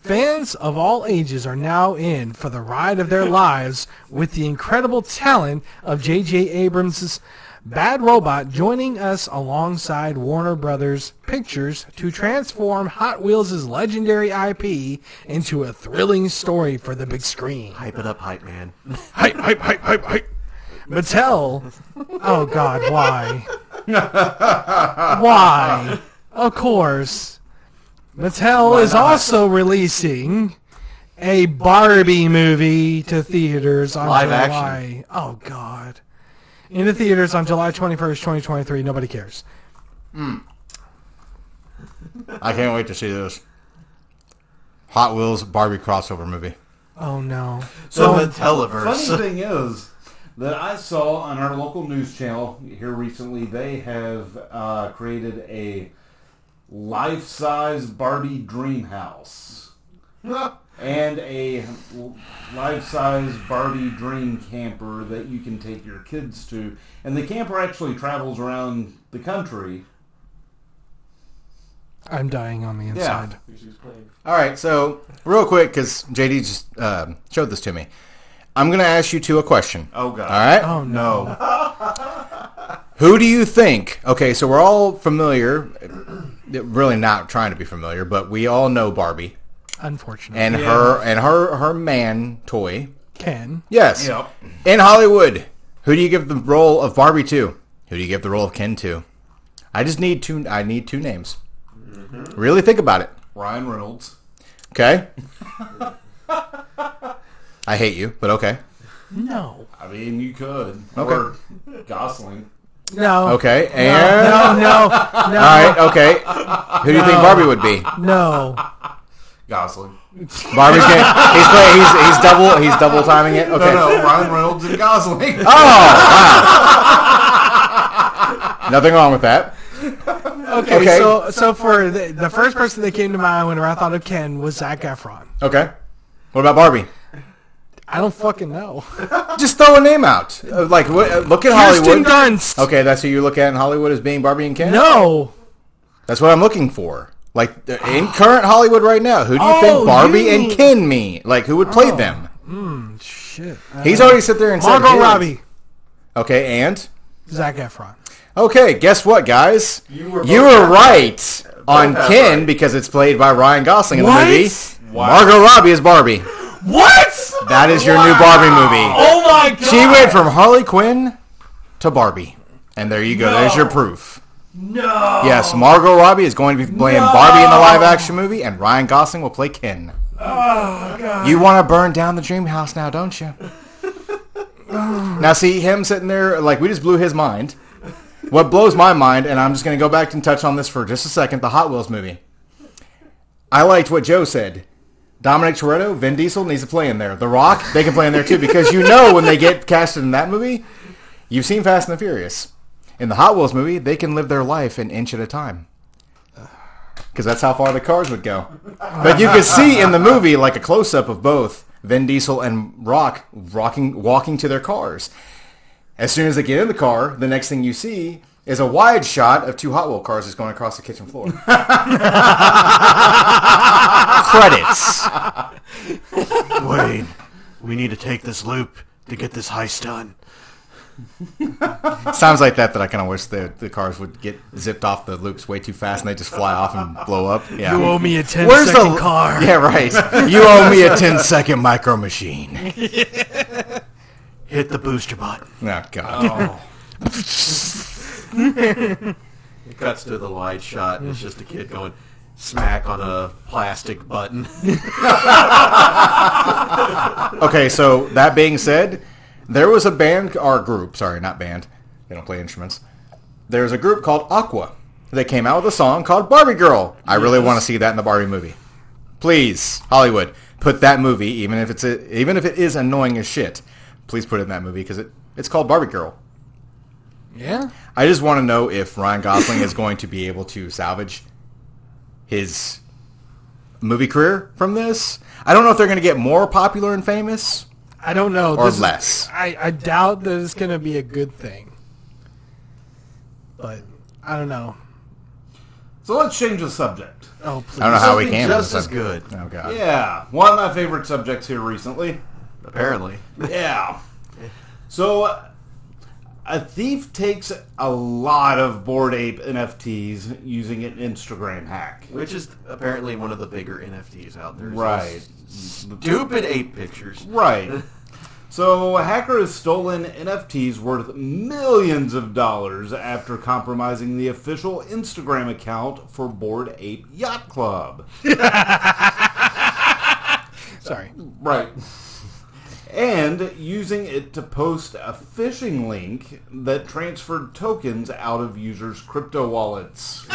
Fans of all ages are now in for the ride of their lives with the incredible talent of J.J. Abrams' Bad Robot joining us alongside Warner Brothers Pictures to transform Hot Wheels' legendary IP into a thrilling story for the big screen. Hype it up, hype man. Hype, hype, hype, hype, hype. Mattel. Oh God, why? why? Of course. Mattel is also releasing a Barbie movie to theaters on Live July. Oh God. In the theaters on July 21st, 2023. Nobody cares. I can't wait to see this Hot Wheels Barbie crossover movie. Oh no. So the Well, Funny televerse. thing is that I saw on our local news channel here recently, they have uh, created a life-size Barbie dream house and a life-size Barbie dream camper that you can take your kids to. And the camper actually travels around the country. I'm dying on the Yeah. inside. All right, so real quick, because JD just um showed this to me. I'm going to ask you two a question. Oh, God. All right. Oh no. *laughs* Who do you think? Okay, so we're all familiar. Really, not trying to be familiar, but we all know Barbie Unfortunate. and Yeah. her and her her man toy. Ken. Yes. Yep. In Hollywood, who do you give the role of Barbie to? Who do you give the role of Ken to? I just need two. I need two names. Really think about it. Ryan Reynolds. Okay. *laughs* I hate you, but okay. No. I mean, you could. Okay. Or Gosling. No. Okay, and No. No. all right, okay. Who do you think Barbie would be? No. Gosling. Barbie's getting, he's playing, he's, he's double, he's double timing it. Okay. *laughs* No, no, Ryan Reynolds and Gosling. Oh, wow. Nothing wrong with that. Okay, Okay. so Oh, so for the, the first person that came to mind whenever I thought of Ken was Zach Efron. Okay. What about Barbie? I don't fucking know. Just throw a name out. Uh, Like, what, uh, look at Kirsten Hollywood. Dunst. Okay, that's who you look at in Hollywood as being Barbie and Ken. No. That's what I'm looking for. Like uh, *gasps* in current Hollywood right now, who do you Oh, think Barbie you and mean- Ken mean? Like, who would play them? Shit. He's already sit there and said Margot his. Robbie. Okay, and Zach Efron. okay, guess what, guys? You were you both were right on half Ken right. because it's played by Ryan Gosling in What? the movie. Margot Robbie is Barbie. What? That is your new Barbie movie. Oh my god. She went from Harley Quinn to Barbie, and there you go. There's your proof. No. Yes, Margot Robbie is going to be playing Barbie in the live action movie, and Ryan Gosling will play Ken. Oh, You want to burn down the dream house now, don't *laughs* you? now, see him sitting there, like, we just blew his mind. What blows my mind, and I'm just going to go back and touch on this for just a second the Hot Wheels movie. I liked what Joe said. Dominic Toretto, Vin Diesel needs to play in there. The Rock, they can play in there too, because you know when they get casted in that movie, you've seen Fast and the Furious. In the Hot Wheels movie, they can live their life an inch at a time. Because that's how far the cars would go. But you could see in the movie, like a close up of both Vin Diesel and Rock rocking, walking to their cars. As soon as they get in the car, the next thing you see is a wide shot of two Hot Wheel cars just going across the kitchen floor. *laughs* Credits. *laughs* Wayne, we need to take this loop to get this heist done. Sounds like that that I kind of wish the, the cars would get zipped off the loops way too fast and they just fly off and blow up. Yeah. You owe me a 10 Where's second the car. Yeah, *laughs* right. You owe me a 10 second micro machine. Hit the booster button. Oh, God. It cuts to the wide shot, and it's just a kid going smack on a plastic *laughs* button. Okay, so that being said, there was a band, or group, sorry, not band. They don't play instruments. There's a group called Aqua. They came out with a song called Barbie Girl. I really want to see that in the Barbie movie. Please, Hollywood, put that movie, even if it's a, even if it is annoying as shit, please put it in that movie because it, it's called Barbie Girl. Yeah. I just want to know if Ryan Gosling is going to be able to salvage his movie career from this. I don't know if they're going to get more popular and famous I don't know. or This is- less. I, I doubt that it's going to be a good thing. But I don't know. So let's change the subject. Oh, please. I don't know how we Something can. just as good, Oh god. Yeah, one of my favorite subjects here recently. apparently. Yeah. So, uh, a thief takes a lot of board ape NFTs using an Instagram hack. Which is apparently one of the bigger NFTs out there. It's Right. those Stupid ape pictures. Right. So, a hacker has stolen NFTs worth millions of dollars after compromising the official Instagram account for Board Ape Yacht Club. Sorry. Right. And using it to post a phishing link that transferred tokens out of users' crypto wallets.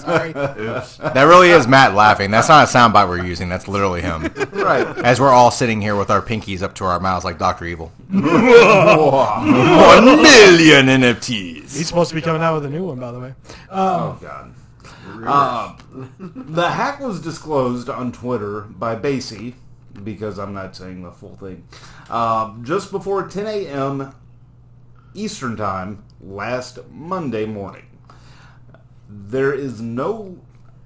Sorry. Oops. That really is Matt laughing. That's not a soundbite we're using. That's literally him. *laughs* right. As we're all sitting here with our pinkies up to our mouths like Doctor Evil. oh, *laughs* One million NFTs. He's supposed to be coming out with a new one, by the way. Oh, God. Uh, the hack was disclosed on Twitter by Basie, because I'm not saying the full thing, um, just before 10 a.m. Eastern Time last Monday morning. There is no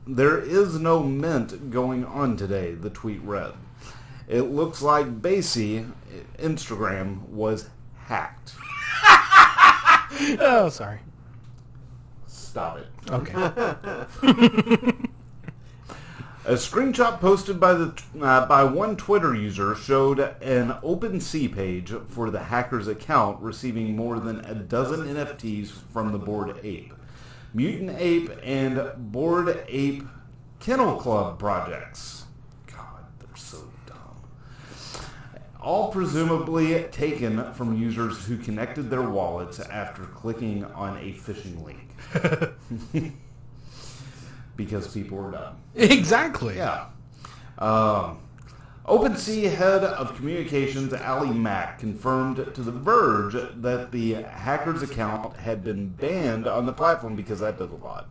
there is no mint going on today, the tweet read. It looks like Basie Instagram was hacked. Oh, sorry. Stop it. Okay. *laughs* A screenshot posted by the uh, by one Twitter user showed an OpenSea page for the hacker's account receiving more than a dozen NFTs from the Bored Ape, Mutant Ape, and Bored Ape Kennel Club projects. God, they're so dumb. All presumably taken from users who connected their wallets after clicking on a phishing link. because people are dumb. Exactly. Yeah. Um, OpenSea head of communications Ali Mack confirmed to The Verge that the hacker's account had been banned on the platform because that does a lot.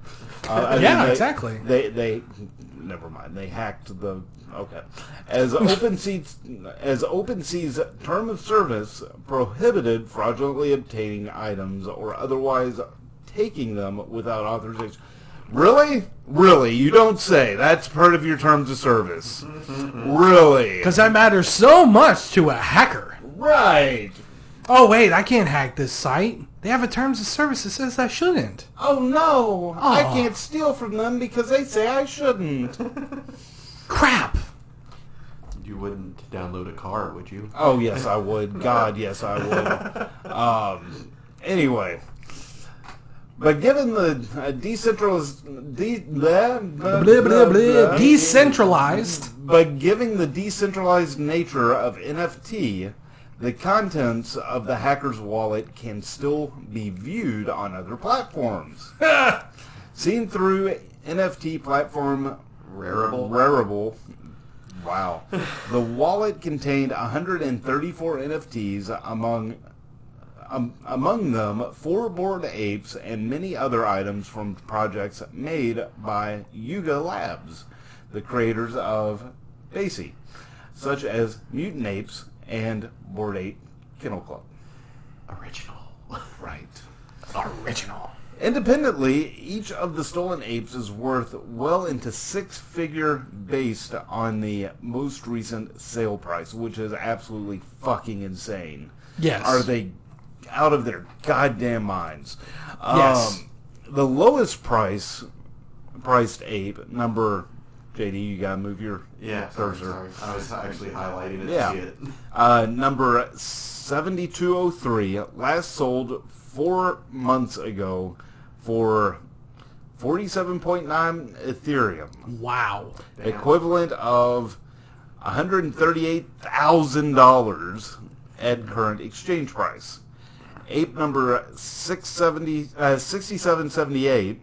Uh, I mean, *laughs* Yeah, exactly. They they never mind. They hacked the okay. As OpenSea's as OpenSea's term of service prohibited fraudulently obtaining items or otherwise taking them without authorization. Really? Really? You don't say. That's part of your terms of service. Really? Because that matters so much to a hacker. Right. Oh, wait, I can't hack this site. They have a terms of service that says I shouldn't. Oh no, I Aw. can't steal from them because they say I shouldn't. Crap. You wouldn't download a car, would you? Oh yes, I would. God, yes, I would. Um, anyway, but given the uh, decentralized, de- blah, blah, Blah, blah, blah. blah, Decentralized. but given the decentralized nature of NFT, the contents of the hacker's wallet can still be viewed on other platforms. Seen through NFT platform Rarible. Rarible. Wow. the wallet contained 134 NFTs among um, among them four board apes and many other items from projects made by Yuga Labs, the creators of Basie, such as Mutant Apes and Board Ape Kennel Club. Original. Right. Original. Independently, each of the stolen apes is worth well into six figure based on the most recent sale price, which is absolutely fucking insane. Yes. Are they out of their goddamn minds? Yes. Um, the lowest price priced ape number JD, you gotta move your Yeah, sorry, cursor. sorry. I was actually highlighting it. to Yeah. see it. Uh, number 7203, last sold four months ago for 47.9 Ethereum, Wow. equivalent of $138,000 at current exchange price. Ape number 670, uh, 6778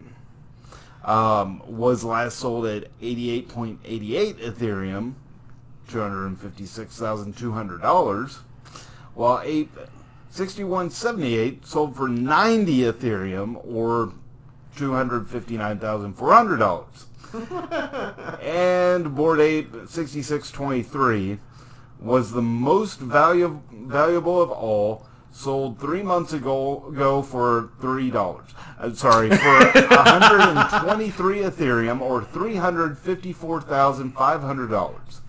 um, was last sold at 88.88 Ethereum, $256,200, while Ape 6178 sold for 90 Ethereum or $259,400. and Board Ape 6623 was the most valu- valuable of all. Sold three months ago, ago for three dollars. I'm sorry, for 123 Ethereum or 354,500 dollars.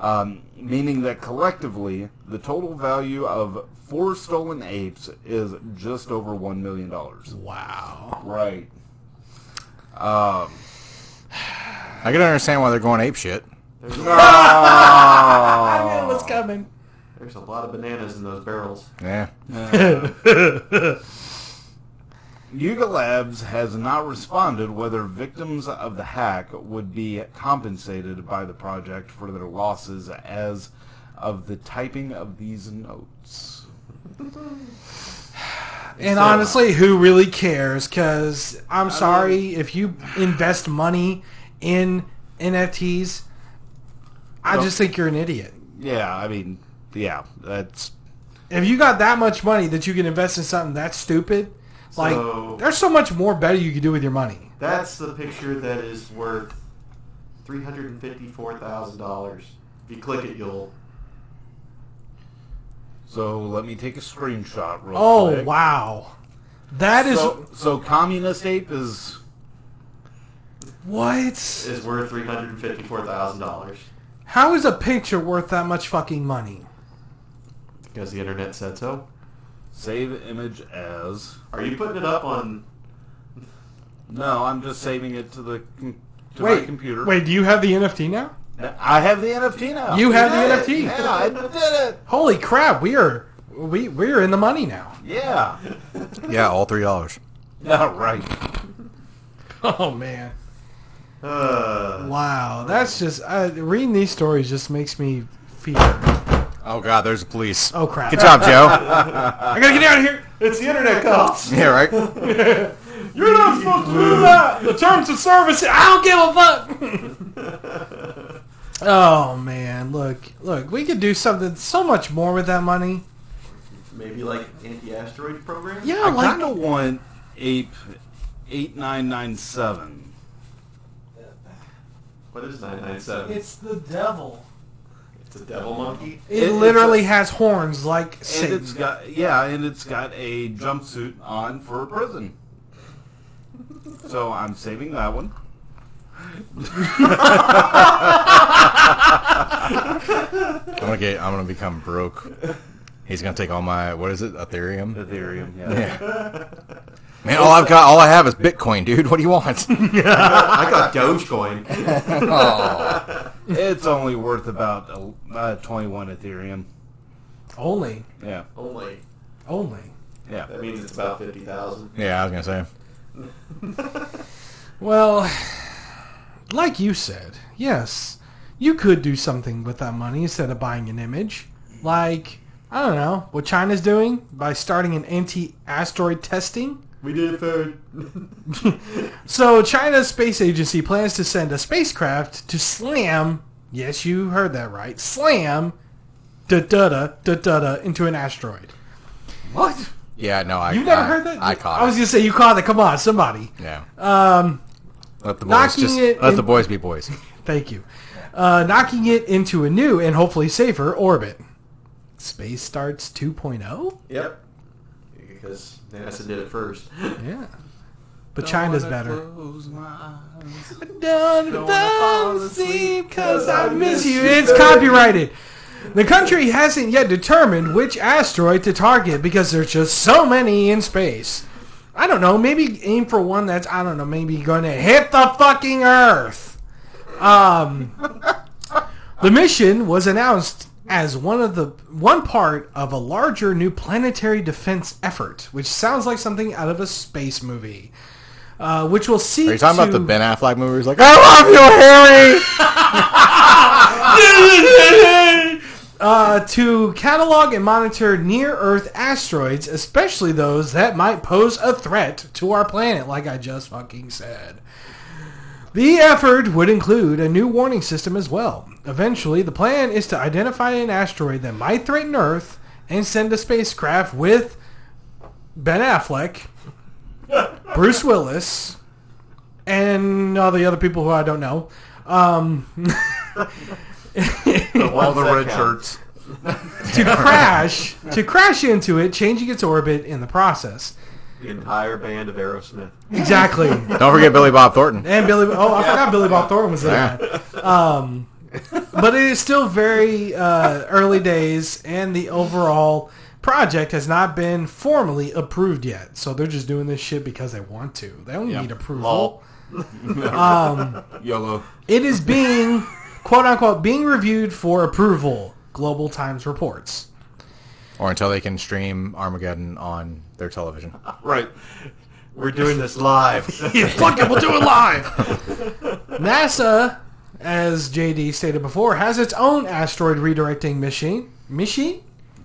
Um, meaning that collectively, the total value of four stolen apes is just over one million dollars. Wow. Right. I can understand why they're going ape shit. I knew it was coming. There's a lot of bananas in those barrels. Yeah. Yuga Labs has not responded whether victims of the hack would be compensated by the project for their losses as of the typing of these notes. And honestly, who really cares? Because I'm sorry, if you invest money in NFTs, I just think you're an idiot. Yeah, I mean, yeah, that's If you got that much money that you can invest in something that stupid, like So- there's so much more better you could do with your money. That's the picture that is worth three hundred and fifty-four thousand dollars. If you click it, you'll. so. Let me take a screenshot real Oh quick. wow, that is So, so communist ape is what? Is worth three hundred and fifty-four thousand dollars How is a picture worth that much fucking money? because the internet said so. save image as. Are you putting it up on? No, I'm just saving it to the com- to my computer. wait, do you have the NFT now? I have the NFT now. You have the Did it. NFT. Yeah, I did it. Holy crap, we are we we're in the money now. Yeah. Yeah, all three dollars. Yeah, right. *laughs* Oh man. Uh, Wow, that's just uh, reading these stories just makes me fear. Oh god, there's the police. Oh crap! Good job, Joe. *laughs* I gotta get out of here. it's the internet *laughs* cops. yeah, right. You're not supposed to do that. The terms of service. I don't give a fuck. *laughs* Oh man, look, look, we could do something so much more with that money. Maybe like anti-asteroid program. Yeah, I like kind of want Ape 8997. What is nine nine seven? it's the devil. It's a devil monkey. It, It- literally has horns like And Satan. it's got yeah, and it's got a jumpsuit on for prison. So I'm saving that one. I'm gonna get. I'm gonna become broke. He's gonna take all my what is it? Ethereum. Ethereum. Yeah. Man, all I've got, all I have is Bitcoin, dude. What do you *laughs* want? I got Dogecoin. oh, It's only worth about uh, 21 Ethereum. only, Yeah. Only only. Yeah. Oh that means it's about fifty thousand. yeah, I was gonna say. Well, like you said, yes, you could do something with that money instead of buying an image. Like I don't know what China's doing by starting an anti-asteroid testing. We did it third. So China's space agency plans to send a spacecraft to slam, yes, you heard that right, slam, da da da da da da into an asteroid. What? Yeah, no, I. You never I- heard that? I caught. I was gonna say you caught it. Come on, somebody. it. Yeah. Um, Let the boys knocking just it let in- the boys be boys. thank you. Uh, knocking it into a new and hopefully safer orbit. Space starts oh? 2.0. Yep. Because NASA did it first. Yeah, but China's better. Don't wanna fall asleep cause I miss you. It's copyrighted. The country hasn't yet determined which asteroid to target because there's just so many in space. I don't know. Maybe aim for one that's I don't know. Maybe going to hit the fucking Earth. Um, the mission was announced as one of the one part of a larger new planetary defense effort, which sounds like something out of a space movie. Uh, which will see. Are you talking about the Ben Affleck movie? He's like, I love you, Harry. *laughs* uh, to catalog and monitor near-Earth asteroids, especially those that might pose a threat to our planet, like I just fucking said. The effort would include a new warning system as well. Eventually, the plan is to identify an asteroid that might threaten Earth and send a spacecraft with Ben Affleck, Bruce Willis, and all the other people who I don't know. Um, All the that red count? shirts. to crash to crash into it, changing its orbit in the process. The entire band of Aerosmith. *laughs* Exactly. don't forget Billy Bob Thornton. And Billy. Oh, I forgot Billy Bob Thornton was in that. Um, but it is still very uh, early days, and the overall project has not been formally approved yet. So they're just doing this shit because they want to. They don't Yeah. need approval. Lol. Um, YOLO. It is being, quote unquote, being reviewed for approval. Global Times reports. Or until they can stream Armageddon on their television. Right. We're doing this live. Fuck it, we'll do it live. NASA, as JD stated before, has its own asteroid redirecting machine. Machine.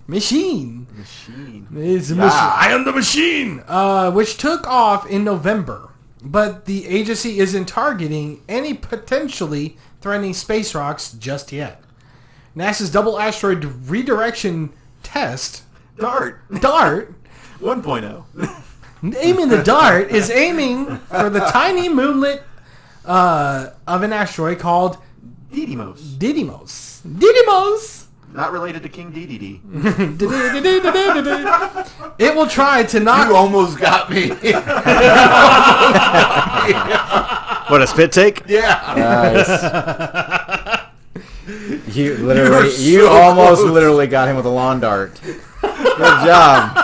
Machine. Machine. It's a machine. I am the machine. Uh, which took off in November, but the agency isn't targeting any potentially threatening space rocks just yet. NASA's double asteroid redirection test Dart. oh. dart *laughs* 1.0. aiming the dart is aiming for the tiny moonlet uh, of an asteroid called Didymos. Didymos. Didymos. Not related to King DDD. It will try to You knock. almost got *laughs* me. What a spit take! yeah. Nice. *laughs* You literally, You are you, so almost close. literally got him with a lawn dart. *laughs* Good job.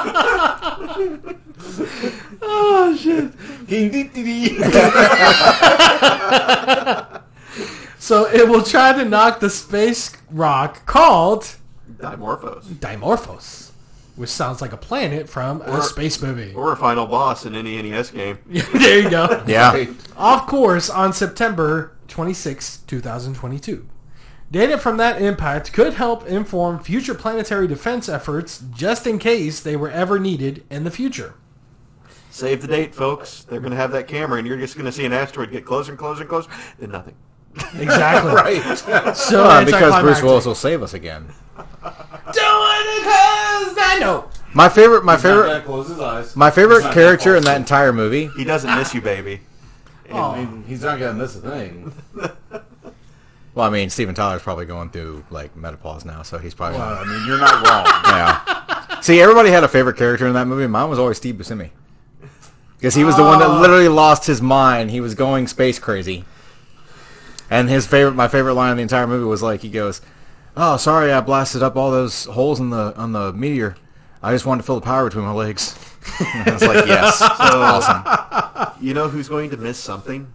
So it will try to knock the space rock called Dimorphos. Dimorphos, which sounds like a planet from a Or- space movie. *laughs* Or a final boss in any NES game. there you go. Yeah. Off course on September 26, 2022. Data from that impact could help inform future planetary defense efforts just in case they were ever needed in the future. Save the date, folks. They're going to have that camera, and you're just going to see an asteroid get closer and closer and closer. Then nothing. *laughs* Exactly. Right. So Uh, because it's Bruce anticlimactic. Willis will save us again. Doing it 'cause I know. My favorite, my That favorite, guy closed his eyes. my favorite He's not character gonna in that entire movie. He doesn't miss you, baby. I mean, he's not gonna miss a thing. Well, I mean, Steven Tyler's probably going through like menopause now, so he's probably. I mean, you're not *laughs* wrong. yeah. See, everybody had a favorite character in that movie. Mine was always Steve Buscemi. Because he was the one Oh. that literally lost his mind. He was going space crazy. And his favorite, my favorite line in the entire movie was like, he goes, "Oh, sorry, I blasted up all those holes in the on the meteor. I just wanted to fill the power between my legs." *laughs* And I was *laughs* like, "Yes, awesome." You know who's going to miss something?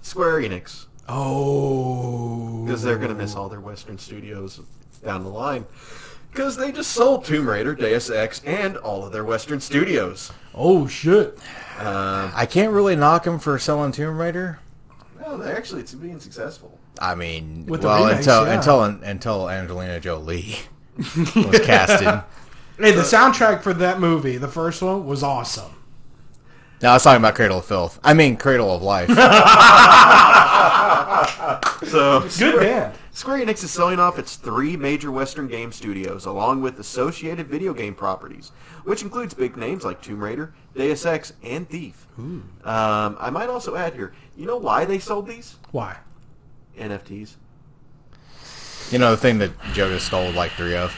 Square Enix. Oh. Because they're going to miss all their Western studios down the line. Because they just sold Tomb Raider, Deus Ex, and all of their Western studios. Oh shit. I can't really knock him for selling Tomb Raider. Well, they Oh, actually, it's being successful. I mean, With the well, remakes, until yeah. until until Angelina Jolie *laughs* was *laughs* casted. Hey, the soundtrack for that movie, the first one, was awesome. No, I was talking about Cradle of Filth. I mean, Cradle of Life. *laughs* So Good band. Square Enix is selling off its three major Western game studios, along with associated video game properties, which includes big names like Tomb Raider, Deus Ex, and Thief. Um, I might also add here, you know why they sold these Why? NFTs? You know the thing that Joe just stole like three of.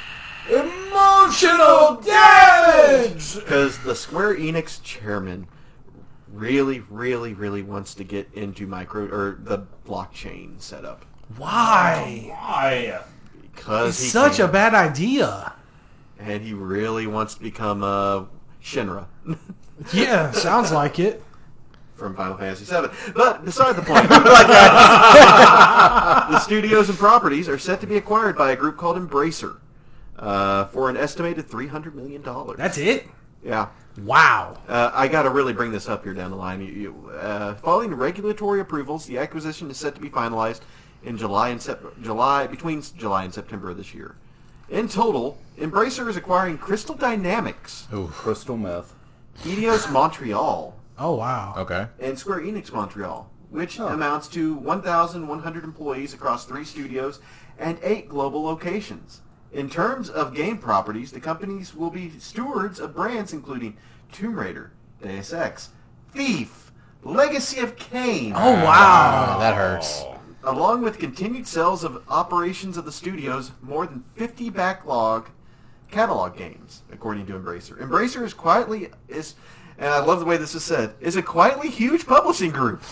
Emotional damage. Because the Square Enix chairman really, really, really wants to get into micro or the blockchain setup. Why? Why? Because It's such a bad idea. and he really wants to become a Shinra Yeah, sounds like it. from Final Fantasy VII. But beside the point, *laughs* uh, the studios and properties are set to be acquired by a group called Embracer uh, for an estimated three hundred million dollars. That's it. yeah. Wow. Uh, I got to really bring this up here down the line. You, you, uh, following regulatory approvals, the acquisition is set to be finalized in July and sep- July between s- July and September of this year. In total, Embracer is acquiring Crystal Dynamics, Crystal meth. Eidos Montreal, Oh wow. Okay. and Square Enix Montreal, which Oh. amounts to 1,100 employees across three studios and eight global locations. In terms of game properties, the companies will be stewards of brands including Tomb Raider, Deus Ex, Thief, Legacy of Kain, Oh wow. Ah, that hurts. along with continued sales of operations of the studios, more than 50 backlog catalog games, according to Embracer. Embracer is quietly is, and I love the way this is said, is a quietly huge publishing group.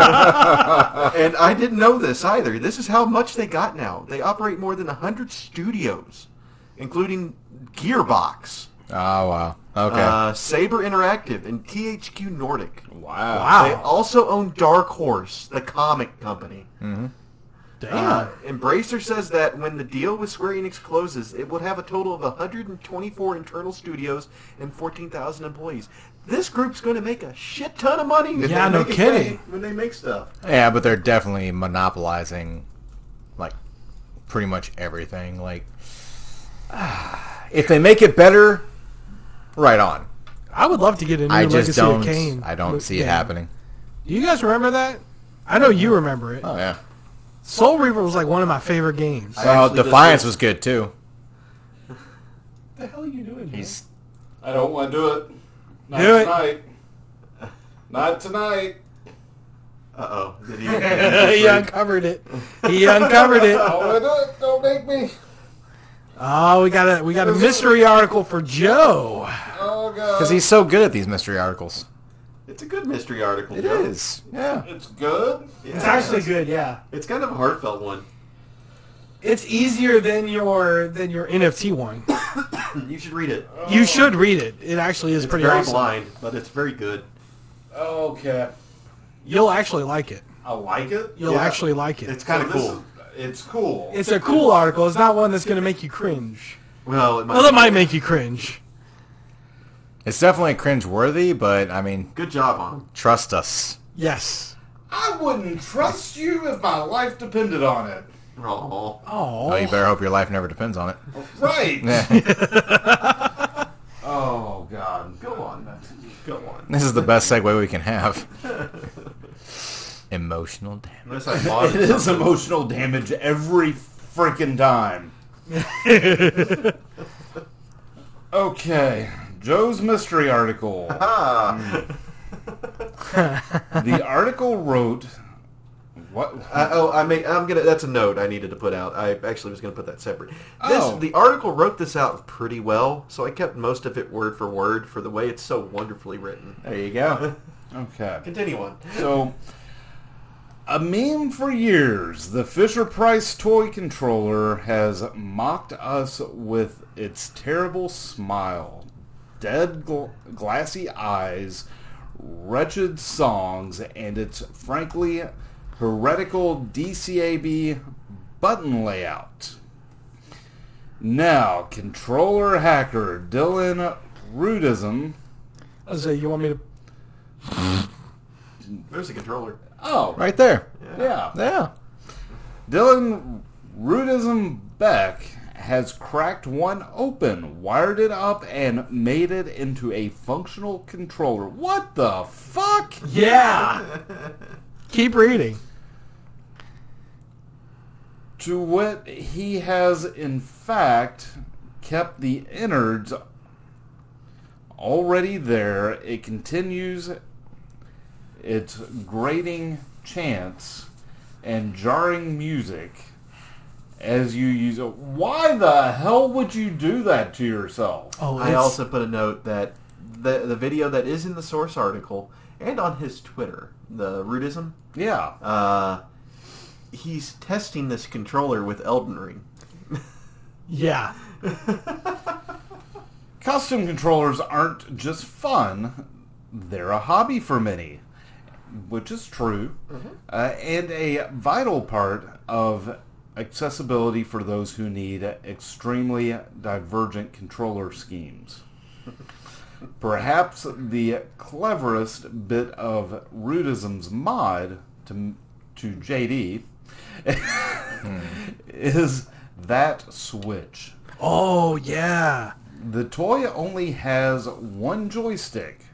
and I didn't know this either. This is how much they got now. They operate more than 100 studios, including Gearbox, Oh wow. Okay. uh, Saber Interactive, and THQ Nordic. Wow. They Wow. also own Dark Horse, the comic company. Mm-hmm. Damn. Uh, Embracer says that when the deal with Square Enix closes, it will have a total of 124 internal studios and 14,000 employees. This group's going to make a shit ton of money. if Yeah, they no make it kidding. back When they make stuff. yeah, but they're definitely monopolizing, like, pretty much everything. Like, *sighs* if they make it better, right on. I would love to get a new I just Legacy don't. of Kane. I don't book see it game. happening. Do you guys remember that? I know you remember it. Oh yeah. Soul Reaver was like one of my favorite games. Well, actually just Defiance did- was good too. What the hell are you doing? He's I don't want to do it. Not Do it. tonight. Not tonight. Uh-oh. Did he, *laughs* he uncovered it. He uncovered it. I don't want to do it. Don't make me. *laughs* Oh, we got a we got a mystery article for Joe. Oh god. because he's so good at these mystery articles. It's a good mystery article. It is. Yeah. It's good. It's actually good, yeah. It's kind of a heartfelt one. It's easier than your than your NFT one. You should read it. You should read it. It actually is It's pretty very awesome. blind, but it's very good. Okay. You'll actually like it. I like it. You'll Yeah. actually like it. It's It's, kind of So this cool. is- it's cool. a cool article. It's not one that's going to make you cringe. well, it might, Well, it might make you cringe. It's definitely cringe worthy, but I mean, *laughs* Good job on him. trust us. Yes. I wouldn't trust you if my life depended on it. Aw. Oh, you Oh, better hope your life never depends on it. *laughs* Right. *laughs* Yeah. Oh god. Go on. Go on. this is the best segue we can have. emotional damage. Unless I *laughs* *laughs* bought It is emotional damage every *laughs* freaking time. okay, Joe's mystery article. Ah. the article wrote what I, oh, I mean, I'm gonna. That's a note I needed to put out. I actually was gonna put that separate. This, Oh. the article wrote this out pretty well, so I kept most of it word for word for the way it's so wonderfully written. There you go. Okay. Continue on. So, a meme for years, the Fisher Price toy controller has mocked us with its terrible smile, dead gl- glassy eyes, wretched songs, and its frankly heretical DCAB button layout. Now, controller hacker Dylan Rudism. I was like, you want me to? There's the controller. Oh, Right there. yeah. Yeah. Dylan Rudism Beck has cracked one open, wired it up, and made it into a functional controller. What the fuck? Yeah. Keep reading. To wit, he has in fact kept the innards already there. It continues its grating chants and jarring music as you use it. Why the hell would you do that to yourself? Oh, I also put a note that the the video that is in the source article and on his Twitter, the Rudism, Yeah. uh, he's testing this controller with Elden Ring. yeah. Costume controllers aren't just fun, they're a hobby for many, which is true, uh, and a vital part of accessibility for those who need extremely divergent controller schemes. Perhaps the cleverest bit of Rudism's mod to, to JD *laughs* is that switch. Oh yeah. The toy only has one joystick,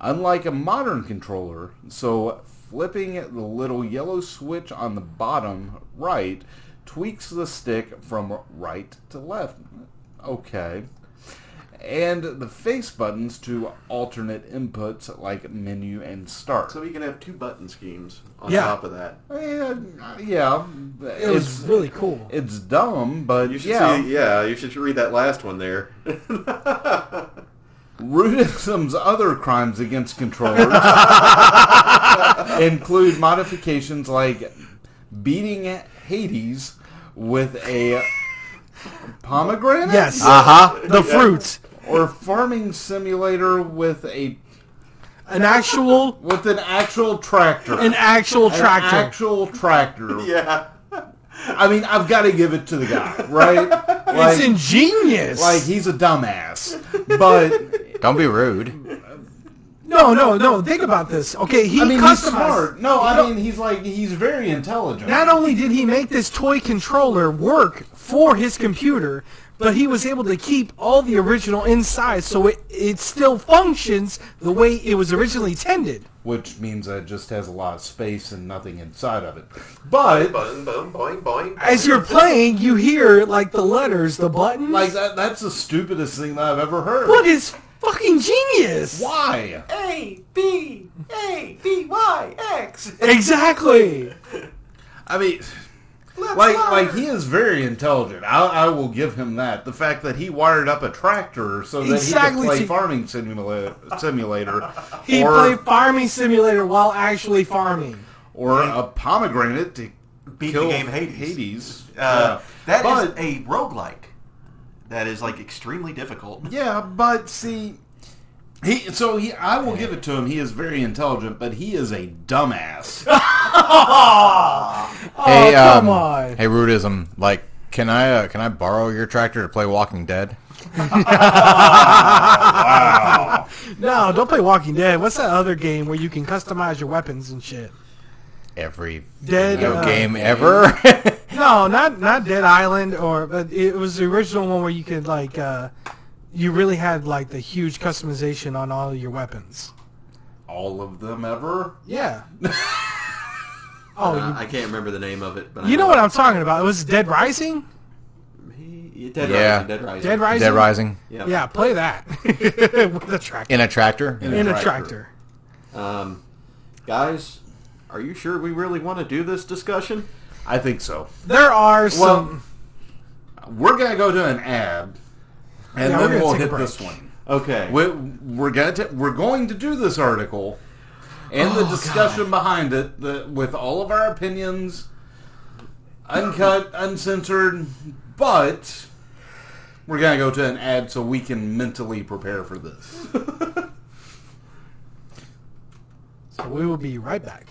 unlike a modern controller, so flipping the little yellow switch on the bottom right tweaks the stick from right to left. Okay. And the face buttons to alternate inputs like menu and start. So he can have two button schemes on Yeah. top of that. yeah, Eh, yeah, It was it's, really cool. it's dumb, but You should yeah. see, yeah, you should read that last one there. Rudism's other crimes against *laughs* controllers include modifications like beating Hades with a pomegranate yes. Uh huh. The fruit. or farming simulator with a An actual, with an actual tractor. an actual tractor. An actual tractor. yeah. I mean, I've got to give it to the guy, right? Like, *laughs* it's ingenious. like he's a dumbass, but Don't *laughs* be rude. no, no, no. Think about this. Okay, he I mean, he's customized. smart. No, I mean, he's like he's very intelligent. Not only did he make this toy controller work for his computer, but he was able to keep all the original inside, so it it still functions the way it was originally intended. which means that it just has a lot of space and nothing inside of it. But Boing, boing, boing, boing. As you're playing, you hear like the letters, the buttons. like that, that's the stupidest thing that I've ever heard. what Eh. is fucking genius? Why? A B A B Y X. Exactly. I mean, like like he is very intelligent. I, I will give him that. The fact that he wired up a tractor so that Exactly. he could play farming simulator, simulator, *laughs* He or played Farming Simulator while actually farming. or a pomegranate to Beat kill the game Hades. Hades. Uh, Yeah. that is but, a roguelike. That is like extremely difficult. Yeah, but see, he so he I will give it to him. He is very intelligent, but he is a dumbass. Oh, hey, come um, on. Hey, rudism. Like, can I uh, can I borrow your tractor to play Walking Dead? No, don't play Walking Dead. What's that other game where you can customize your weapons and shit? Every Dead video uh, game ever. *laughs* No, not not Dead Island or but it was the original one where you could like uh you really had like the huge customization on all your weapons. All of them ever? Yeah. Oh, Uh, you, I can't remember the name of it, but I you know what I'm talking about? It was Dead Rising. He- Dead Yeah. Rising. Dead Rising. Dead Rising. Dead Rising Yeah. Yeah, play that *laughs* with a tractor. in a tractor. In, a tractor. Um, guys, are you sure we really want to do this discussion? I think so. There are some. We're gonna go to an ad, and Yeah, we're then gonna we'll take a hit break. this one. Okay. We, we're gonna ta- we're going to do this article and Oh, the discussion behind it the, with all of our opinions, uncut, uncensored, but we're gonna go to an ad so we can mentally prepare for this. So we will be right back.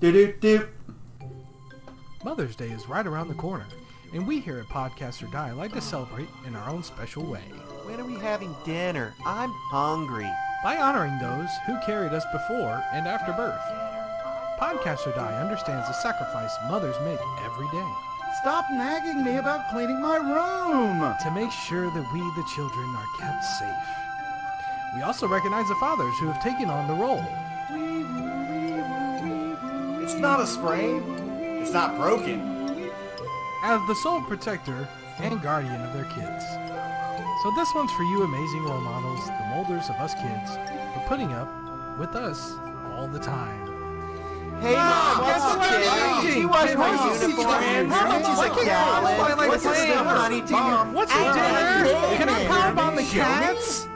Do-do-do. Mother's Day is right around the corner, and we here at Podcast or Die like to celebrate in our own special way When are we having dinner? I'm hungry. by honoring those who carried us before and after birth. Podcast or Die understands the sacrifice mothers make every day Stop nagging me about cleaning my room. to make sure that we, the children, are kept safe. We also recognize the fathers who have taken on the role. It's not a sprain. It's not broken. as the sole protector and guardian of their kids. So this one's for you amazing role models, the molders of us kids, for putting up with us all the time. Hey, Mom, what's the kid? Ah, She was my uniform. She's a gal. What's his name, honey? Mom, What's for dinner? Can I carve on the cats?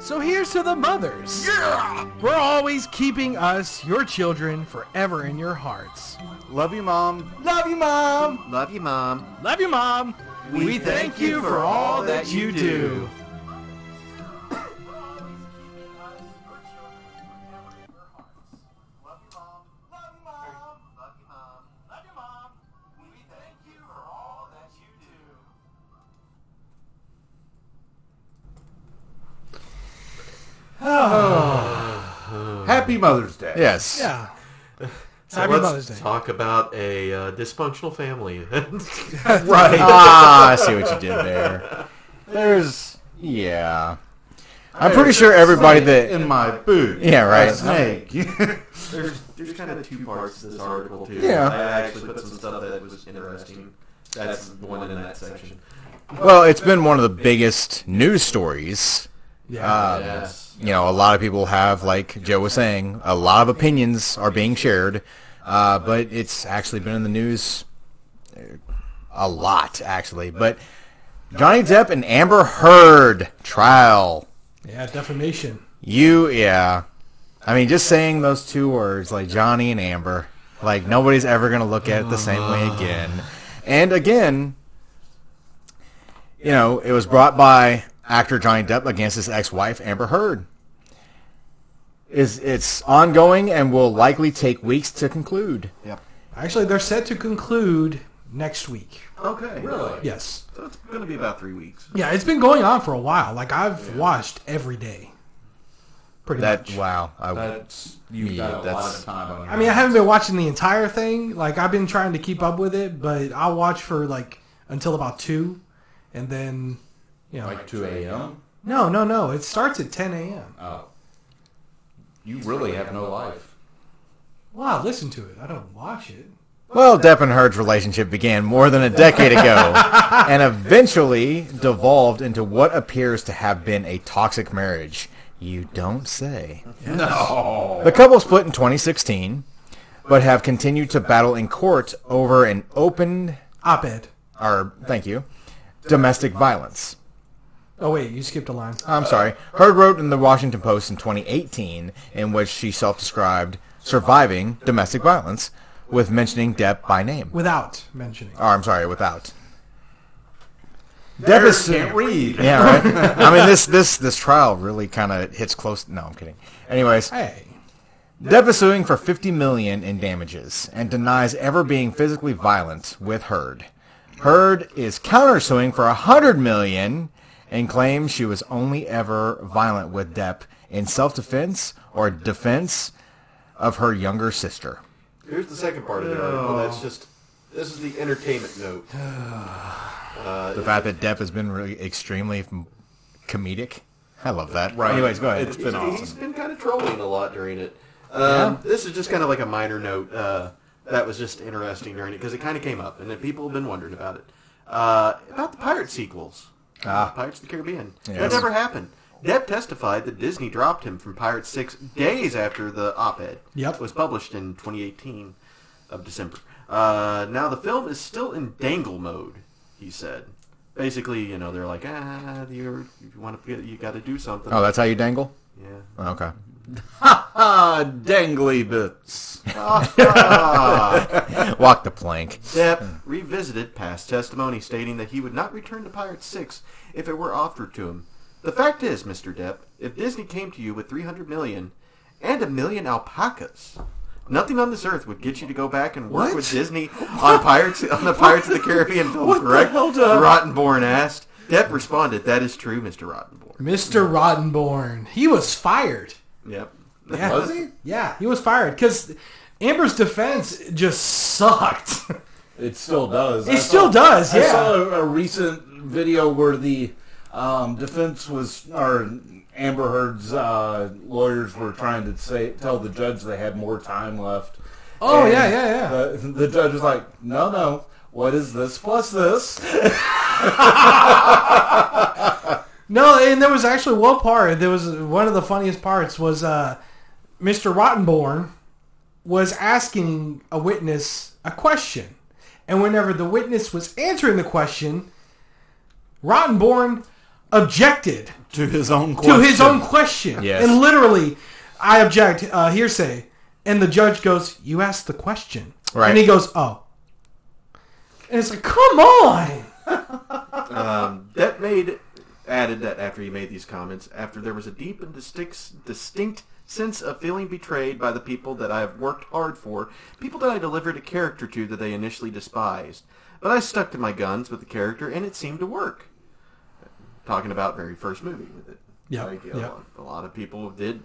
So here's to the mothers. Yeah! We're always keeping us, your children, forever in your hearts. Love you, mom. Love you, Mom. Love you, Mom. Love you, Mom. We, thank you for all that you do. Happy Mother's Day. Yes. Yeah. So Happy let's Mother's Day. talk about a uh, dysfunctional family. *laughs* Right. ah, I see what you did there. *laughs* There's yeah. I'm pretty sure everybody that in my boot. Yeah, right. A snake. *laughs* *laughs* there's there's kind of two parts to this article too. Yeah. I actually put some stuff that was interesting. That's the one in that section. well, it's been one of the biggest news stories. Yeah. Ah, yes. You know, a lot of people have, like Joe was saying, a lot of opinions are being shared, uh, but it's actually been in the news a lot, actually. But Johnny Depp and Amber Heard trial. yeah, defamation. You, yeah. I mean, just saying those two words, like Johnny and Amber, like nobody's ever going to look at it the same way Uh-huh. again. And again, you know, it was brought by actor Johnny Depp against his ex-wife Amber Heard. Is it's ongoing and will likely take weeks to conclude. Actually, they're set to conclude next week. Okay. Really? Yes. So it's going to be about three weeks. Yeah, it's been going on for a while. Like I've watched every day. Pretty That much. wow, I, That's you Yeah, got a lot that's- of time on your I mean, I haven't been watching the entire thing. Like I've been trying to keep up with it, but I'll watch for like until about 2 and then you know. like 2 a.m. no, no, no. It starts at 10 a.m. Oh, you really have no life. Well, I listen to it. I don't watch it. Well, Depp and Heard's relationship began more than a decade ago and eventually devolved into what appears to have been a toxic marriage. You don't say. No. The couple split in 2016, but have continued to battle in court over an open, Op-ed. or thank you, domestic violence. Oh wait, you skipped a line. I'm sorry. Heard wrote in the Washington Post in 2018 in which she self-described surviving domestic violence with mentioning Depp by name. Without mentioning. Oh, I'm sorry, without. Depp Never is can't read. Yeah, right. I mean, this this this trial really kind of hits close. No, I'm kidding. Anyways, Hey. Depp is suing for 50 million in damages and denies ever being physically violent with Heard. Heard is countersuing for 100 million and claims she was only ever violent with Depp in self-defense or defense of her younger sister. Here's the second part of the article. That's just this is the entertainment note. The fact that Depp has been really extremely m- comedic. I love that. Right. Anyways, go ahead. It's been He's- awesome. He's been kind of trolling a lot during it. Um, This is just kind of like a minor note uh, that was just interesting during it because it kind of came up and then people have been wondering about it. Uh, about the pirate sequels, uh, Pirates of the Caribbean. That Yes. never happened. Depp testified that Disney dropped him from Pirates Six days after the op-ed Yep. was published in 2018 of December. Uh, now the film is still in dangle mode, he said. Basically, you know, they're like, ah, you're, if you want to, you got to do something. Oh, that's how you dangle. yeah. Okay. Ah, dangly bits. Walk the plank. Uh. Depp revisited past testimony stating that he would not return to Pirates 6 if it were offered to him. The fact is, Mr. Depp, if Disney came to you with 300 million and a million alpacas, nothing on this earth would get you to go back and work with *laughs* Disney on Pirates on the Pirates of the Caribbean film, correct? Rottenborn asked. Depp responded, "That is true, Mr. Rottenborn." Mr. Rottenborn. He was fired. Yep. Yeah. *laughs* Was he? Yeah, he was fired because Amber's defense just sucked. *laughs* It still does. It still does, I yeah. saw a, a recent video where the um, defense was, or Amber Heard's uh, lawyers were trying to say tell the judge they had more time left. Oh, And yeah, yeah, yeah. The, the judge was like, "No, no. What is this plus this?" No, and there was actually one part. There was one of the funniest parts was uh, Mr. Rottenborn was asking a witness a question, and whenever the witness was answering the question, Rottenborn objected To his own to his own question, Yes. and literally, I object uh, hearsay, and the judge goes, "You asked the question," Right. and he goes, "Oh," and it's like, "Come on." Um, that made added that after he made these comments, after there was a deep and distinct, distinct sense of feeling betrayed by the people that I have worked hard for, people that I delivered a character to that they initially despised. But I stuck to my guns with the character, and it seemed to work. Talking about very first movie with it, Yep, Like, a, yep. lot, a lot of people did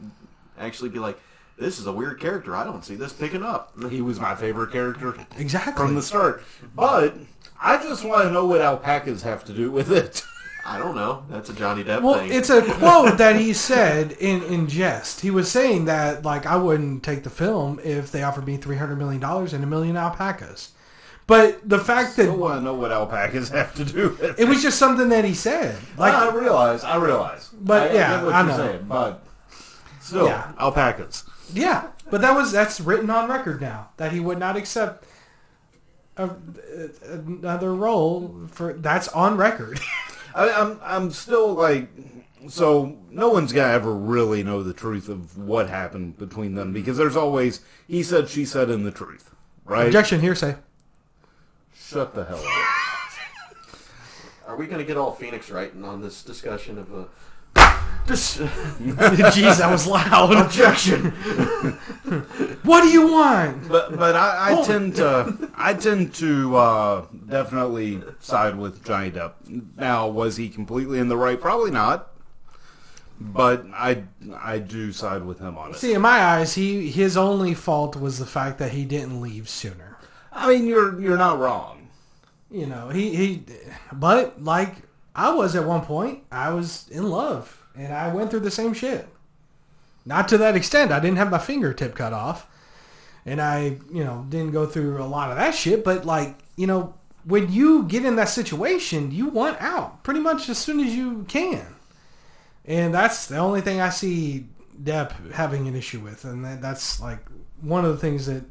actually be like, "This is a weird character. I don't see this picking up." He was my favorite character Exactly. from the start, but I just want to know what alpacas have to do with it. *laughs* I don't know. That's a Johnny Depp Well, thing. it's a quote that he said in, in jest. He was saying that like I wouldn't take the film if they offered me three hundred million dollars and a million alpacas. But the fact I that want to know what alpacas have to do with it was just something that he said, like I realize, I realize. But, I, yeah, I, get what I you're know. saying, but still, Yeah. alpacas. yeah. But that was that's written on record now that he would not accept a, another role for that's on record. *laughs* I, I'm, I'm still like, so no one's gonna ever really know the truth of what happened between them because there's always he said, she said, and the truth, right? Objection hearsay. Shut the hell up. Are we going to get all Phoenix right on this discussion of uh, a? *laughs* Dis- *laughs* Jeez, that was *laughs* loud. Objection. what do you want? But, but I, I tend *laughs* to, I tend to uh, definitely side with Johnny Depp. Now, was he completely in the right? Probably not. But I, I do side with him on it. See, in my eyes, he his only fault was the fact that he didn't leave sooner. I mean, you're you're not wrong. you know he he but like i was at one point i was in love and i went through the same shit not to that extent i didn't have my fingertip cut off and i you know didn't go through a lot of that shit but like you know when you get in that situation you want out pretty much as soon as you can and that's the only thing i see depp having an issue with and that, that's like one of the things that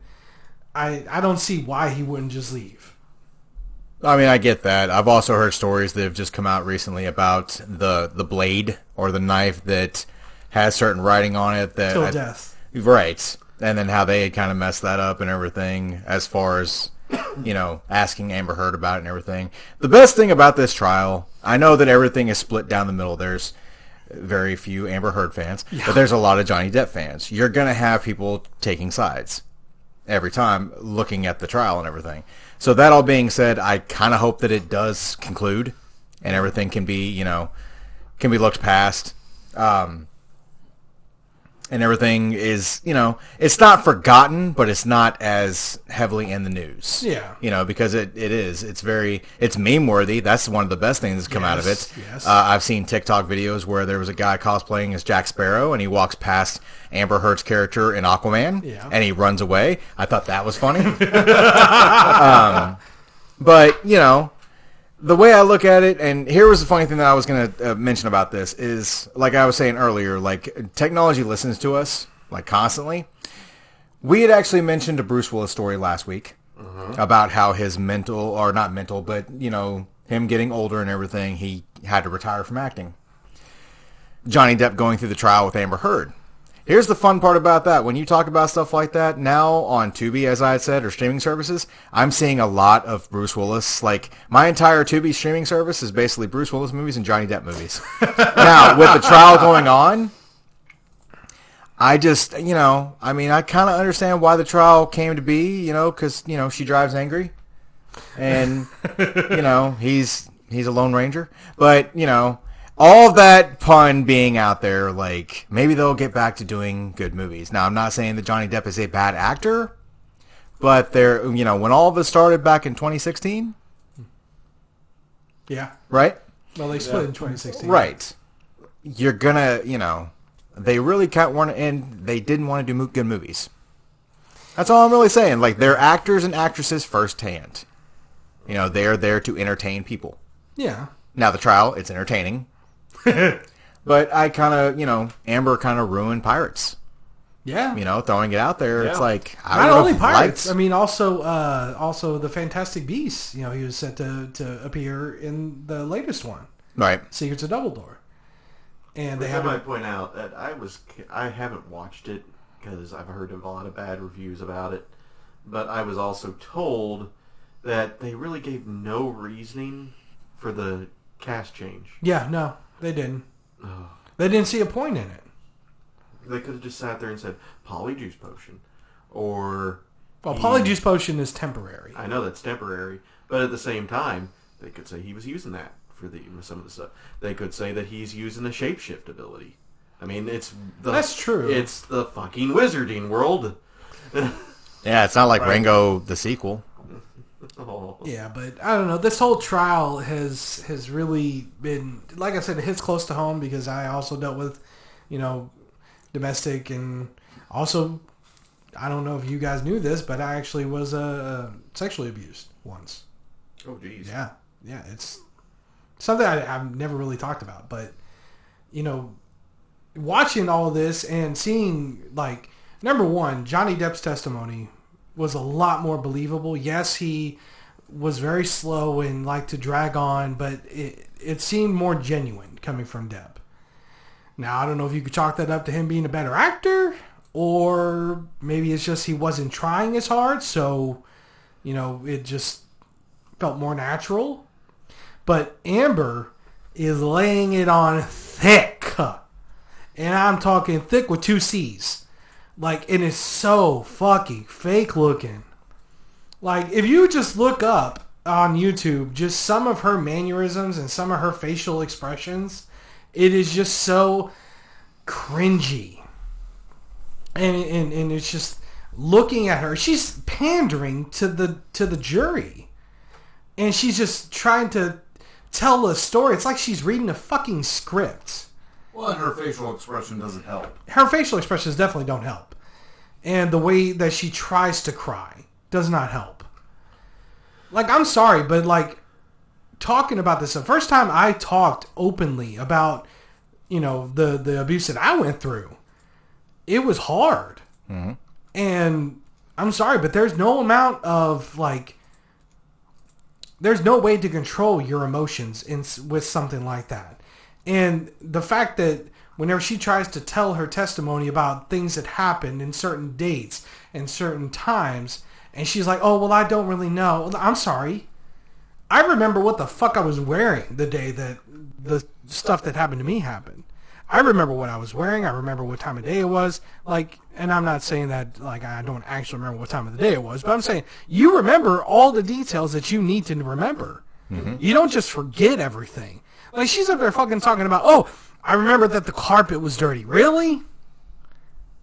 i i don't see why he wouldn't just leave I mean, I get that. I've also heard stories that have just come out recently about the the blade or the knife that has certain writing on it that till I- death right? And then how they had kind of messed that up and everything, as far as you know, asking Amber Heard about it and everything. The best thing about this trial, I know that everything is split down the middle. There's very few Amber Heard fans, but there's a lot of Johnny Depp fans. You're gonna have people taking sides every time looking at the trial and everything. So that all being said, I kind of hope that it does conclude and everything can be, you know, can be looked past. Um, and everything is you know it's not forgotten but it's not as heavily in the news Yeah. you know because it, it is it's very it's meme worthy that's one of the best things that's come out of Yes, it yes. uh, i've seen tiktok videos where there was a guy cosplaying as jack sparrow and he walks past amber heard's character in aquaman Yeah. and he runs away i thought that was funny *laughs* um, but you know the way I look at it, and here was the funny thing that I was going to uh, mention about this is, like I was saying earlier, like technology listens to us like constantly. We had actually mentioned a Bruce Willis story last week about how his mental, or not mental, but you know, him getting older and everything, he had to retire from acting. Johnny Depp going through the trial with Amber Heard. Here's the fun part about that. When you talk about stuff like that now on Tubi, as I had said, or streaming services, I'm seeing a lot of Bruce Willis. Like my entire Tubi streaming service is basically Bruce Willis movies and Johnny Depp movies. now with the trial going on, I just you know, I mean, I kind of understand why the trial came to be. You know, because you know she drives angry, and you know he's he's a lone ranger but you know all that pun being out there like maybe they'll get back to doing good movies now i'm not saying that johnny depp is a bad actor but there you know when all of this started back in 2016 Yeah. right Well, they split in 2016. right you're gonna you know they really can't want to and they didn't want to do mo- good movies that's all i'm really saying like they're actors and actresses firsthand you know they're there to entertain people Yeah. Now the trial, it's entertaining. *laughs* but I kind of, you know, Amber kind of ruined Pirates. Yeah. You know, throwing it out there, it's like I Not would've only pirates. liked- I mean, also uh, also the Fantastic Beasts. You know, he was set to, to appear in the latest one, right? Secrets of Dumbledore, and they Which I have might a, point out that I was I haven't watched it because I've heard of a lot of bad reviews about it, but I was also told that they really gave no reasoning for the cast change. yeah. No, they didn't. They didn't see a point in it. They could have just sat there and said polyjuice potion, or Well, he- polyjuice potion is temporary. I know that's temporary, but at the same time, they could say he was using that for the some of the stuff. They could say that he's using the shapeshift ability. I mean, it's the, That's true. It's the fucking wizarding world. *laughs* Yeah, it's not like Rango the sequel. Oh. Yeah, but I don't know. This whole trial has has really been, like I said, it hits close to home because I also dealt with, you know, domestic and also, I don't know if you guys knew this, but I actually was uh, sexually abused once. Oh, jeez. Yeah, yeah, it's something I, I've never really talked about, but you know, watching all this and seeing like number one, Johnny Depp's testimony was a lot more believable. Yes, he was very slow and liked to drag on, but it it seemed more genuine coming from Depp. Now I don't know if you could chalk that up to him being a better actor, or maybe it's just he wasn't trying as hard, so you know it just felt more natural. But Amber is laying it on thick. And I'm talking thick with two C's. Like, it is so fucking fake looking. Like, if you just look up on YouTube just some of her mannerisms and some of her facial expressions, it is just so cringy. And, and, and it's just looking at her. She's pandering to the to the jury and she's just trying to tell a story. It's like she's reading a fucking script. Well, and her facial expression doesn't help. Her facial expressions definitely don't help, and the way that she tries to cry does not help. Like I'm sorry, but like talking about this the first time I talked openly about you know the the abuse that I went through, it was hard, and I'm sorry, but there's no amount of like there's no way to control your emotions in with something like that. And the fact that whenever she tries to tell her testimony about things that happened in certain dates and certain times, and she's like, "Oh, well, I don't really know. I'm sorry. I remember what the fuck I was wearing the day that the stuff that happened to me happened. I remember what I was wearing. I remember what time of day it was. Like, and I'm not saying that like I don't actually remember what time of the day it was, but I'm saying you remember all the details that you need to remember. You don't just forget everything. Like she's up there fucking talking about, oh, I remember that the carpet was dirty. Really?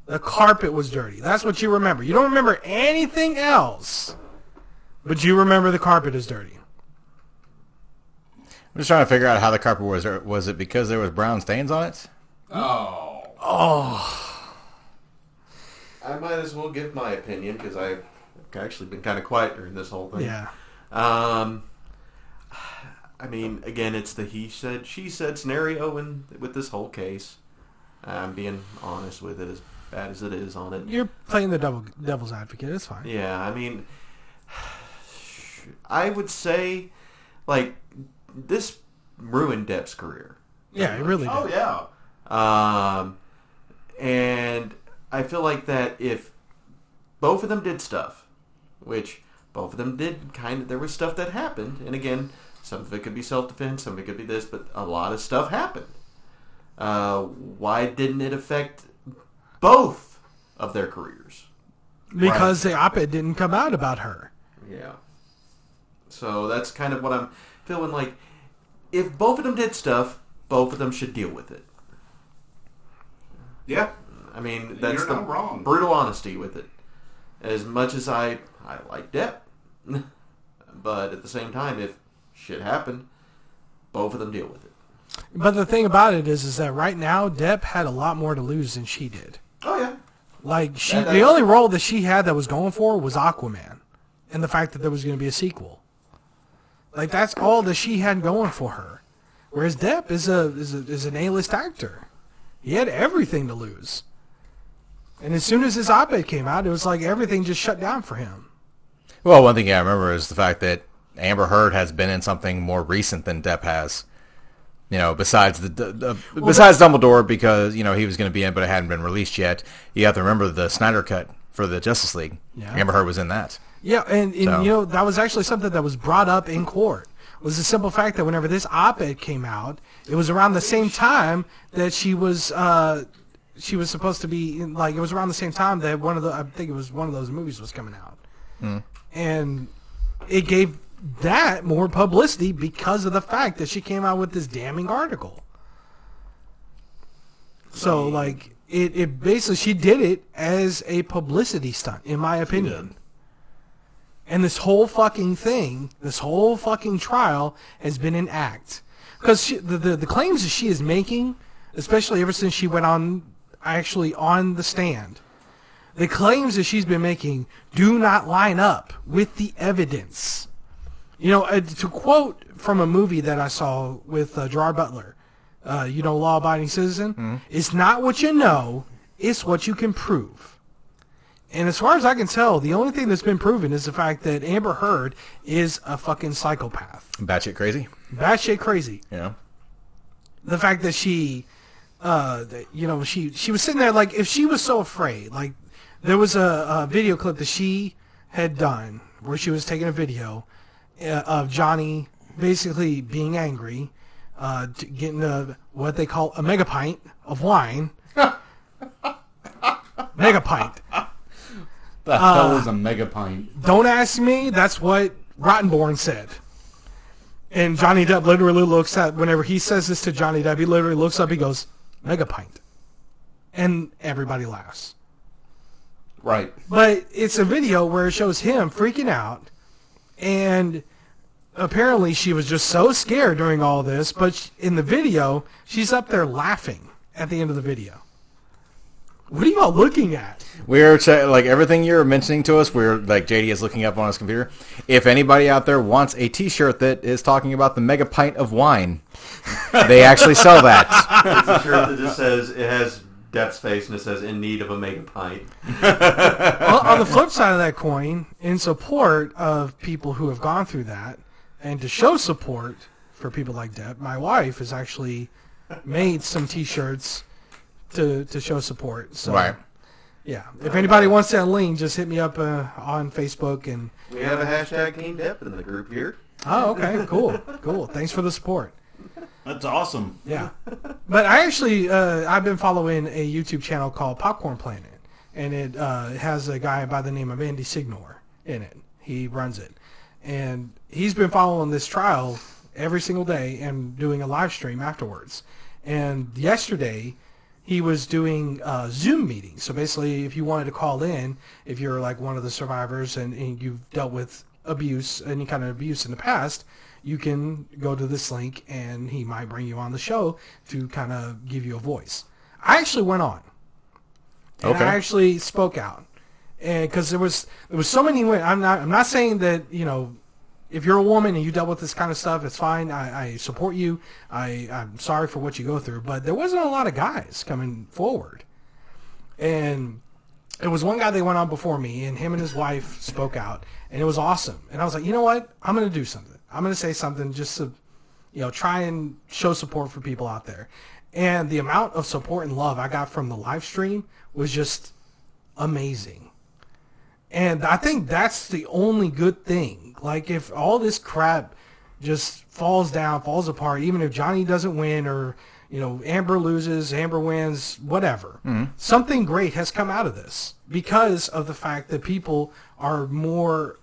The carpet was dirty. That's what you remember. You don't remember anything else, but you remember the carpet is dirty. I'm just trying to figure out how the carpet was. Or Was it because there was brown stains on it? I might as well give my opinion because I've actually been kind of quiet during this whole thing. Yeah. Um, I mean, again, it's the he said, she said scenario in, with this whole case. I'm being honest with it, as bad as it is on it. You're playing the devil, devil's advocate. It's fine. Yeah, I mean, *sighs* I would say, like, this ruined Depp's career. Yeah, it really did. Oh yeah. Um, and I feel like that if both of them did stuff, which both of them did kind of, there was stuff that happened. And again, some of it could be self defense, some of it could be this, but a lot of stuff happened. Uh, why didn't it affect both of their careers? Because the op-ed didn't come out about her. Yeah. So that's kind of what I'm feeling like. If both of them did stuff, both of them should deal with it. Yeah. I mean, that's You're the not wrong. brutal honesty with it. As much as I I like Depp, *laughs* but at the same time, if shit happened, both of them deal with it. But the thing about it is, is that right now Depp had a lot more to lose than she did. Oh yeah, Like she, That- that- the only role that she had that was going for was Aquaman, and the fact that there was going to be a sequel. Like that's all that she had going for her. Whereas Depp is a is a, is an A-list actor. He had everything to lose. And as soon as his op-ed came out, it was like everything just shut down for him. Well, one thing yeah, I remember is the fact that Amber Heard has been in something more recent than Depp has. You know, besides the, the, the- besides Dumbledore, because you know he was going to be in, but it hadn't been released yet. You have to remember the Snyder cut for the Justice League. Yeah. Amber Heard was in that. Yeah, and, and So- you know that was actually something that was brought up in court. Was the simple fact that whenever this op-ed came out, it was around the same time that she was uh, she was supposed to be in, like it was around the same time that one of the I think it was one of those movies was coming out, and it gave that more publicity because of the fact that she came out with this damning article. So like it, it basically she did it as a publicity stunt, in my opinion. And this whole fucking thing, this whole fucking trial has been an act. Because the, the, the claims that she is making, especially ever since she went on, actually on the stand, the claims that she's been making do not line up with the evidence. You know, uh, to quote from a movie that I saw with uh, Gerard Butler, uh, you know, Law Abiding Citizen, it's not what you know, it's what you can prove. And as far as I can tell, the only thing that's been proven is the fact that Amber Heard is a fucking psychopath. Batshit crazy. Batshit crazy. You know. The fact that she, uh, that, you know, she she was sitting there like if she was so afraid. Like there was a, a video clip that she had done where she was taking a video uh, of Johnny basically being angry, uh, t- getting a what they call a mega pint of wine. mega pint. The Ah. hell is a mega pint? Don't ask me. That's what Rottenborn said. And Johnny Depp literally looks at whenever he says this to Johnny Depp, he literally looks up. He goes, "Mega pint," and everybody laughs. Right. But it's a video where it shows him freaking out, and apparently she was just so scared during all this. But sh- in the video, she's up there laughing at the end of the video. What are you all looking at? We're che- like everything you're mentioning to us. We're like JD is looking up on his computer. If anybody out there wants a T-shirt that is talking about the mega pint of wine, they actually sell *laughs* that. it's a shirt that just says it has Depp's face and it says in need of a mega pint. well, on the flip side of that coin, in support of people who have gone through that, and to show support for people like Depp, my wife has actually made some T-shirts to to show support. So, Right. yeah, if anybody wants that link, just hit me up uh, on Facebook and. We have a hashtag Team Depp in the group here. Oh, okay, cool, cool. Thanks for the support. That's awesome. Yeah, *laughs* but I actually uh, I've been following a YouTube channel called Popcorn Planet, and it uh, has a guy by the name of Andy Signor in it. He runs it, and he's been following this trial every single day and doing a live stream afterwards. And yesterday, he was doing uh, Zoom meetings. So basically, if you wanted to call in, if you're like one of the survivors and, and you've dealt with abuse, any kind of abuse in the past, you can go to this link and he might bring you on the show to kind of give you a voice. I actually went on. And Okay. I actually spoke out, and because there was there was so many. wa- I'm not I'm not saying that you know, if you're a woman and you dealt with this kind of stuff, it's fine. I, I support you. I I'm sorry for what you go through, but there wasn't a lot of guys coming forward, and it was one guy they went on before me, and him and his wife spoke out, and it was awesome. And I was like, you know what? I'm gonna do something. I'm gonna say something just to, you know, try and show support for people out there. And the amount of support and love I got from the live stream was just amazing. And I think that's the only good thing. Like if all this crap just falls down, falls apart, even if Johnny doesn't win or you know Amber loses, Amber wins, whatever. Something great has come out of this because of the fact that people are more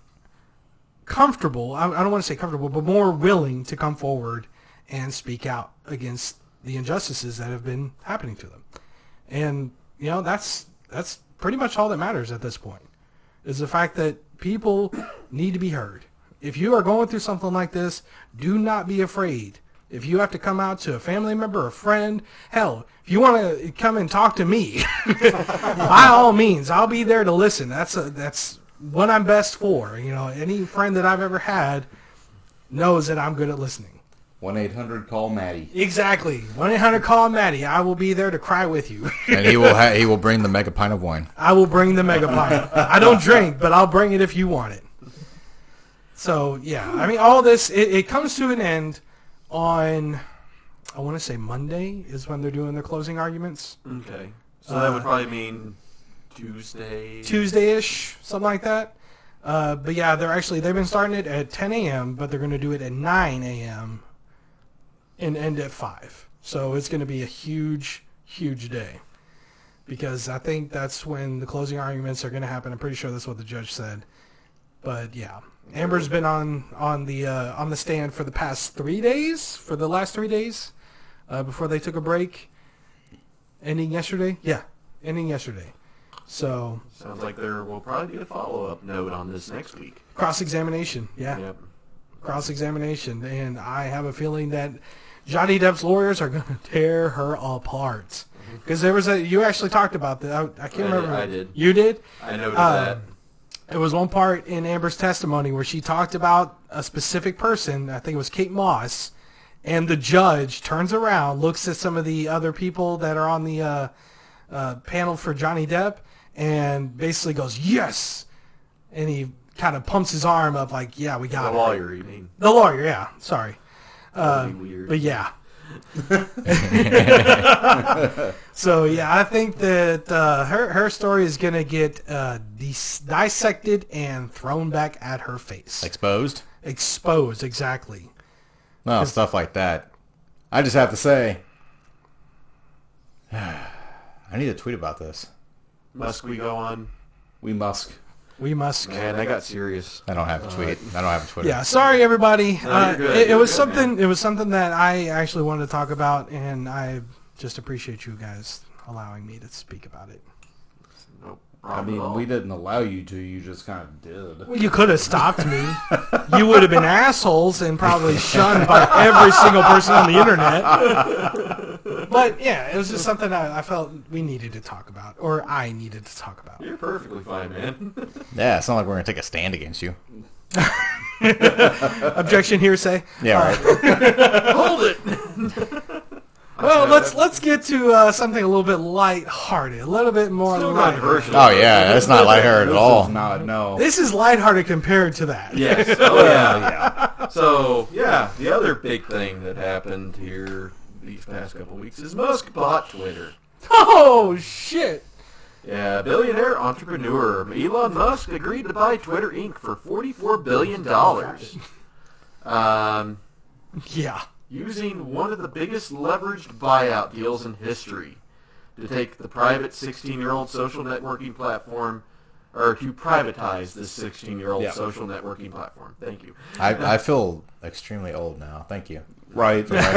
comfortable. I, I don't want to say comfortable, but more willing to come forward and speak out against the injustices that have been happening to them. And you know that's that's pretty much all that matters at this point is the fact that people need to be heard. If you are going through something like this, do not be afraid. If you have to come out to a family member, a friend, hell, if you want to come and talk to me, *laughs* by all means, I'll be there to listen. That's a, that's what I'm best for. You know, any friend that I've ever had knows that I'm good at listening. One eight hundred call Maddie. Exactly. One eight hundred call Maddie. I will be there to cry with you. *laughs* and he will ha- he will bring the mega pint of wine. I will bring the mega pint. I don't drink, but I'll bring it if you want it. So yeah, I mean, all this it, it comes to an end on. I want to say Monday is when they're doing their closing arguments. Okay. So that would probably mean Tuesday. Tuesday ish, something like that. Uh, but yeah, they're actually they've been starting it at 10 a.m., but they're going to do it at 9 a.m. and end at five. So it's going to be a huge, huge day because I think that's when the closing arguments are going to happen. I'm pretty sure that's what the judge said. But yeah, Amber's been on on the uh, on the stand for the past three days, for the last three days, uh, before they took a break, ending yesterday. Yeah, ending yesterday. So Sounds like there will probably be a follow-up note on this next week. cross examination. Yeah, Yep. cross examination, and I have a feeling that Johnny Depp's lawyers are *laughs* going to tear her apart because there was a. You actually talked about that. I, I I can't did- remember. I did. You did. I noted Uh, that. There was one part in Amber's testimony where she talked about a specific person. I think it was Kate Moss, and the judge turns around, looks at some of the other people that are on the uh, uh, panel for Johnny Depp, and basically goes, "Yes," and he kind of pumps his arm up like, "Yeah, we The got it." lawyer, you mean? The lawyer, yeah. Sorry. That would be weird. uh, But yeah. so yeah, I think that uh, her her story is gonna get uh, dis- dissected and thrown back at her face, Exposed? exposed exactly. No, stuff like that. I just have to say, *sighs* I need to tweet about this. Must we go on? We Musk. We must. Man, I got serious. I don't have a tweet. I don't have a Twitter. Yeah, sorry everybody. uh, you're good. It, it You're was good, something. It was something that I actually wanted to talk about, and I just appreciate you guys allowing me to speak about it. No I problem. mean, we didn't allow you to. You just kind of did. Well, you could have stopped me. You would have been assholes and probably shunned by every single person on the internet. But yeah, it was just something I, I felt we needed to talk about, or I needed to talk about. You're perfectly fine, man. Yeah, it's not like we're gonna take a stand against you. Objection, hearsay. Yeah, right. Well, let's let's get to uh, something a little bit lighthearted, a little bit more Still lighthearted. controversial. Oh yeah, that's not lighthearted at all. Not no. This is lighthearted compared to that. Yes. Oh yeah. So yeah, the other big thing that happened here these past couple weeks is Musk bought Twitter. Oh shit! Yeah, billionaire entrepreneur Elon Musk agreed to buy Twitter Inc. for forty-four billion dollars. Um, Yeah. using one of the biggest leveraged buyout deals in history to take the private 16-year-old social networking platform or to privatize this 16-year-old social networking platform. Thank you. I, I feel extremely old now. Thank you. *laughs* Right. right.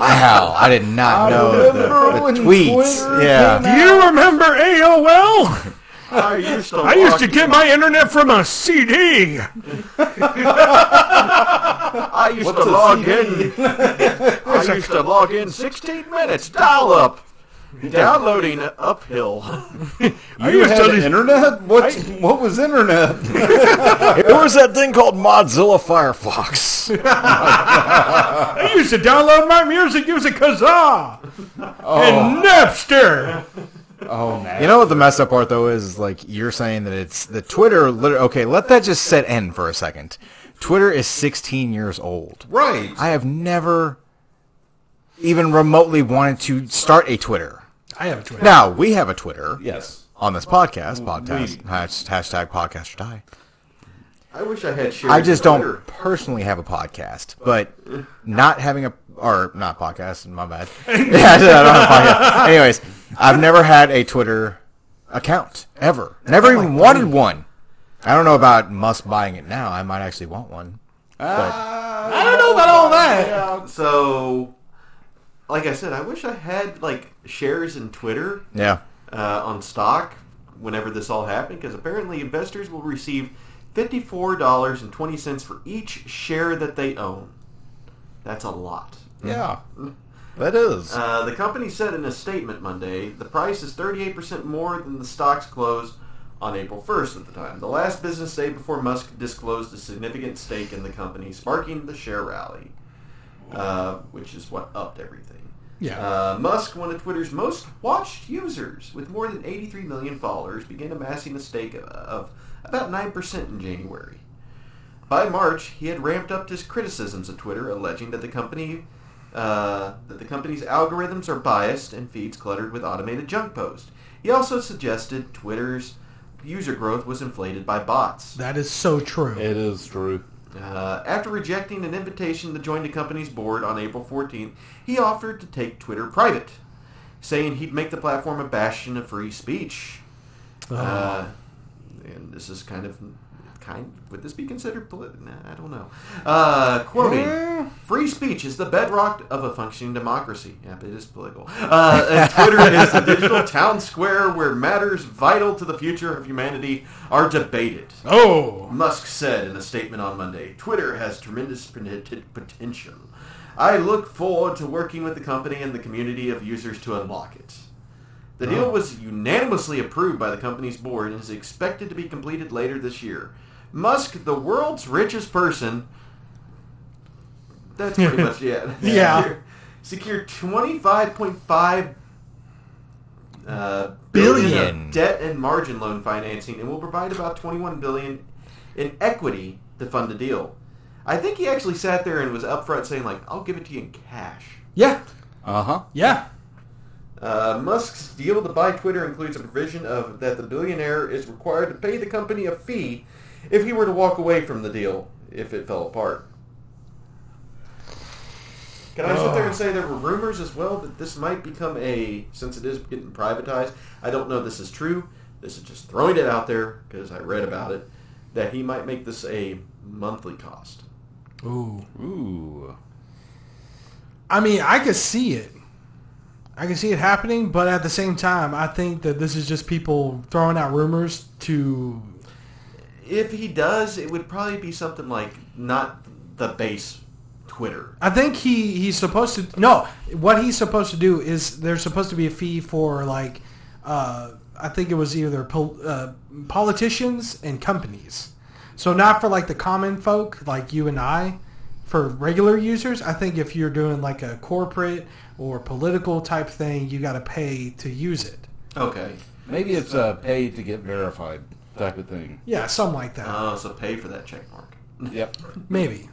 Wow, I did not know remember the, when the tweets. Twitter yeah, Do you remember AOL? I used to. I used to get my internet from a CD. I used to log in. *laughs* I used to log in 16 minutes. Dial up. Downloading uphill. I used had to internet? What? what was *laughs* internet? there was that thing called Mozilla Firefox. *laughs* I used to download my music using Kazaa and Napster. Oh man. you know what the messed up part though is, is like you're saying that it's the Twitter. Liter- okay, let that just set in for a second. Twitter is 16 years old. Right. I have never even remotely wanted to start a Twitter. I have a Twitter. Now we have a Twitter yes. on this podcast, podcast hash- hashtag podcast or die. I wish I had shared I just Twitter. don't personally have a podcast, but not having a or not podcast. *laughs* My bad. *laughs* yeah, I don't have a podcast. Anyways, I've never had a Twitter account ever. Never even wanted one. I don't know about must buying it now. I might actually want one. I don't know about all that. So, like I said, I wish I had like shares in Twitter Yeah. uh, on stock whenever this all happened, because apparently investors will receive fifty-four dollars and twenty cents for each share that they own. That's a lot. Yeah. That is. Uh, the company said in a statement Monday, the price is 38% more than the stock's close on April 1st at the time, the last business day before Musk disclosed a significant stake in the company, sparking the share rally, uh, which is what upped everything. Yeah. Uh, Musk, one of Twitter's most watched users, with more than 83 million followers, began amassing a stake of, of about 9% in January. By March, he had ramped up his criticisms of Twitter, alleging that the company uh, that the company's algorithms are biased and feeds cluttered with automated junk posts. He also suggested Twitter's user growth was inflated by bots. That is so true. it is true. Uh, after rejecting an invitation to join the company's board on April 14th, he offered to take Twitter private, saying he'd make the platform a bastion of free speech. Uh, and this is kind of, kind would this be considered political? Nah, I don't know. Uh, quoting, "Free speech is the bedrock of a functioning democracy." Yep, it is political. Uh, and Twitter is the digital town square where matters vital to the future of humanity are debated. Oh, Musk said in a statement on Monday, Twitter has tremendous pot- potential. I look forward to working with the company and the community of users to unlock it. The deal was unanimously approved by the company's board and is expected to be completed later this year. Musk, the world's richest person, that's pretty much it. Yeah. *laughs* Secured twenty five point five uh, Billion. of debt and margin loan financing, and will provide about twenty one billion in equity to fund the deal. I think he actually sat there and was upfront saying, "Like, I'll give it to you in cash." yeah, Uh huh. yeah. Uh, Musk's deal to buy Twitter includes a provision of that the billionaire is required to pay the company a fee if he were to walk away from the deal if it fell apart. Can I sit there and say there were rumors as well that this might become a since it is getting privatized? I don't know if this is true. This is just throwing it out there because I read about it that he might make this a monthly cost. Ooh, Ooh. I mean, I could see it. I can see it happening, but at the same time, I think that this is just people throwing out rumors to. If he does, it would probably be something like not the base Twitter. I think he he's supposed to no. What he's supposed to do is there's supposed to be a fee for like, uh, I think it was either pol- uh, politicians and companies. So not for like the common folk like you and I, for regular users. I think if you're doing like a corporate or political type thing, you got to pay to use it. Okay. Maybe it's a pay to get verified type of thing. Yeah, something like that. Oh, so pay for that check mark. Yep. Maybe,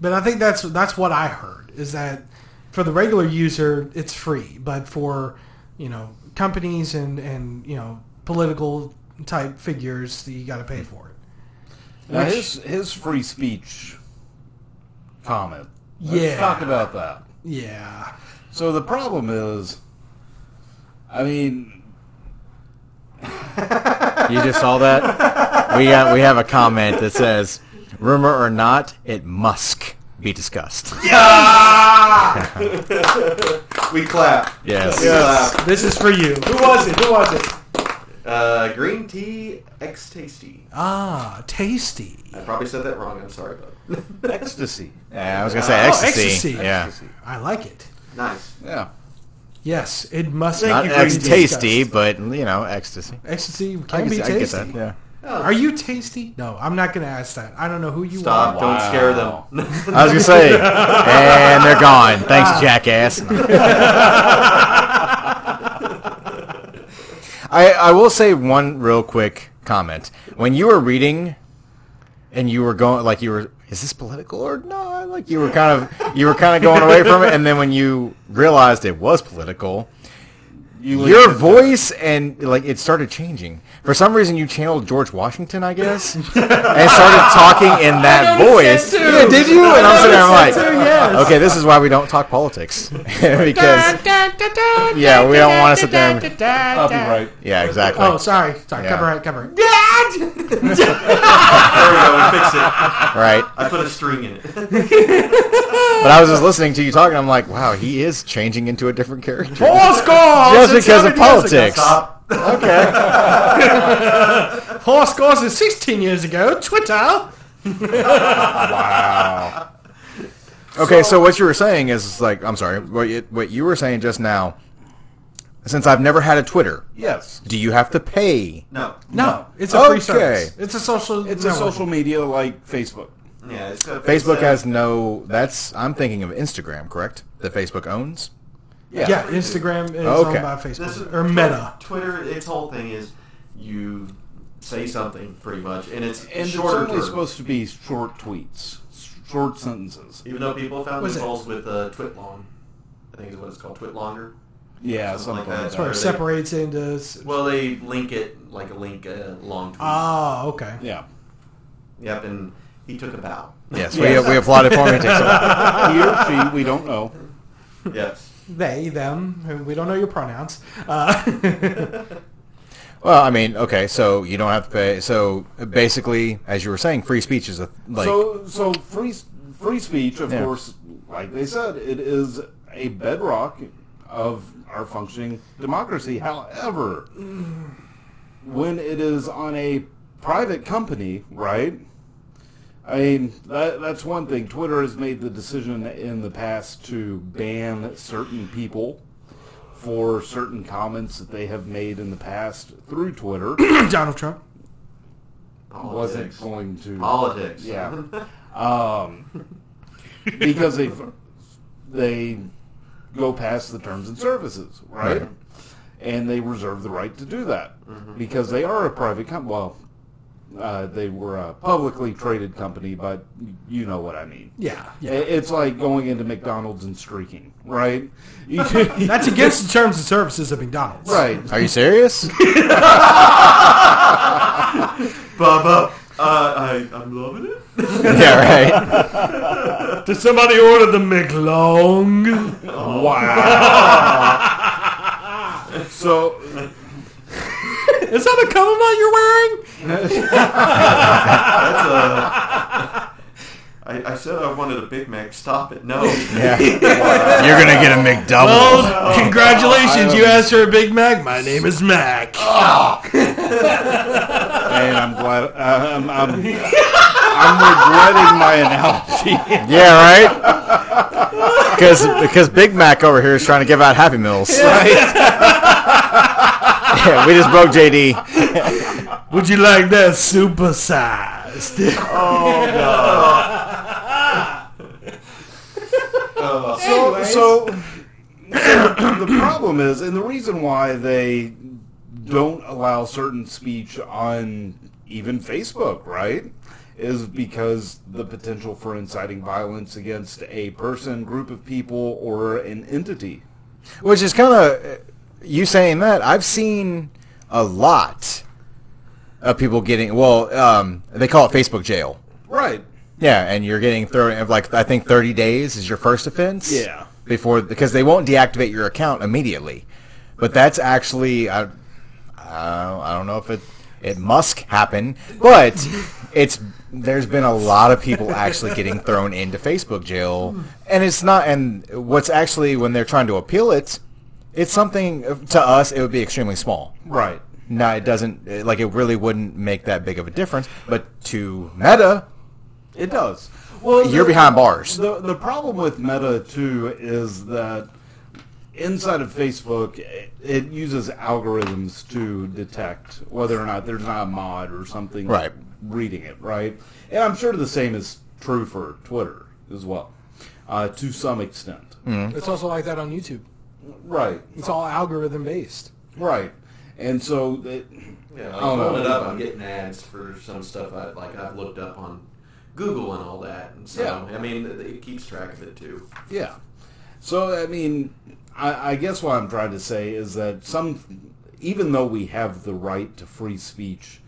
but I think that's that's what I heard is that for the regular user it's free, but for you know companies and and you know political type figures you got to pay for it. Now Which- his his free speech comment. Let's Yeah. talk about that. Yeah, So the problem is, I mean, You just saw *laughs* that. We got we have a comment that says, "Rumor or not, it Musk." be discussed. We clap. Yes. We clap. This is for you. Who was it? Who was it? Uh, green tea X tasty. Ah, tasty. I probably said that wrong. I'm sorry, bud. *laughs* Ecstasy. Yeah, I was gonna say Oh, ecstasy. ecstasy. Yeah, I like it. nice. Yeah. Yes, it must not be ex- discussed. tasty, but you know, ecstasy. Ecstasy I can can be see- I tasty. can get that. Yeah. Are you tasty? No, I'm not going to ask that. I don't know who you Stop! are. Don't scare them. I was gonna say, and they're gone. Ah. *laughs* Thanks, jackass. I I will say one real quick comment. When you were reading, and you were going like you were, is this political or not? Like you were kind of you were kind of going away from it, and then when you realized it was political, your voice and like it started changing. For some reason, you channeled George Washington, I guess, and started talking in that voice. Yeah, did you? And I'm sitting there, I'm like, okay, this is why we don't talk politics *laughs* because yeah, we don't want to sit there. And, Copyright. yeah, exactly. Oh, sorry. Sorry. Yeah. Cover it. Cover *laughs* it. there we go. We fixed it. Right. I put a string in *laughs* it. But I was just listening to you talking. I'm like, wow, he is changing into a different character Horse just because of politics. Stop. Horse scores is 16 years ago. Twitter. Okay, so, what you were saying is it's like, I'm sorry, what you, what you were saying just now. Since I've never had a Twitter, Yes. do you have to pay? No. No, it's a free Okay. service. It's a social. It's a social media like Facebook. Yeah. It's a, Facebook it's a- has no. That's I'm thinking of Instagram, correct? That Facebook owns. Yeah, Instagram is Oh. Okay. owned by This is, Facebook or Meta. Twitter, its whole thing is you say something pretty much, and it's And it's shorter. only term. supposed to be short tweets, short sentences. Even though people found Was it- loopholes with uh, Twit long, I think is what it's called, Twit longer. Yeah, Something something like like that. that. Or it separates into. s- Well, they link it like a link uh, long. Tweet. Ah, okay. Yeah. yep, and he took a bow. Yes, we we applauded for him. It takes a- He or she, we don't know. yes. They, them. We don't know your pronouns. Uh, Well, I mean, okay, so you don't have to pay. So basically, as you were saying, free speech is a like. so, so free s- free speech, of Yeah. course, like they said, it is a bedrock of our functioning democracy. However, when it is on a private company, right? I mean, that, that's one thing. Twitter has made the decision in the past to ban certain people for certain comments that they have made in the past through *coughs* Twitter. Donald Trump. wasn't Politics. going to Politics. yeah. *laughs* Um, because they they go past the terms and services, right? Right. And they reserve the right to do that because they are a private company. Well, uh, they were a publicly traded company, but you know what I mean. Yeah, I- yeah. It's like going into McDonald's and streaking, right? *laughs* You can- That's against the terms and services of McDonald's. right. Are you serious? *laughs* Bubba, uh, I, I'm loving it. yeah, right. Did somebody order the McLong? So Is that a cover knot you're wearing? That's uh, I, I said I wanted a Big Mac. Stop it. No. Yeah. You're gonna get a McDouble. Oh, congratulations! you asked for a Big Mac. My name is Mac. and I'm glad uh, I'm, I'm, I'm regretting my analogy. Yeah, right. Because because Big Mac over here is trying to give out Happy Meals. *laughs* yeah, we just broke JD. Would you like that supersized? so, so the problem is, and the reason why they don't allow certain speech on even Facebook, right, is because the potential for inciting violence against a person, group of people, or an entity. Which is kind of you saying that I've seen a lot of people getting well. Um, they call it Facebook jail. Right. Yeah, and you're getting thrown like I think 30 days is your first offense. Yeah. Before because they won't deactivate your account immediately, but that's actually I, I, don't, I don't know if it It must happen, but it's there's been a lot of people actually getting thrown into Facebook jail, and it's not. And what's actually when they're trying to appeal it, it's something uh, to us. It would be extremely small. Right. No, it doesn't. uh, Like it really wouldn't make that big of a difference. But to Meta, It does. Well, you're the- behind bars. The the problem with Meta too is that inside of Facebook, it, it uses algorithms to detect whether or not there's not a mod or something Right. reading it, right? And I'm sure the same is true for Twitter as well, uh, to some extent. It's also like that on YouTube. Right, It's all algorithm based. right, and so it, Yeah, like, Oh, no, pulling it no. up, I'm getting ads for some stuff I like. I've looked up on Google and all that, and so Yeah. I mean, it- it keeps track of it too. Yeah. So I mean, I, I guess what I'm trying to say is that some, even though we have the right to free speech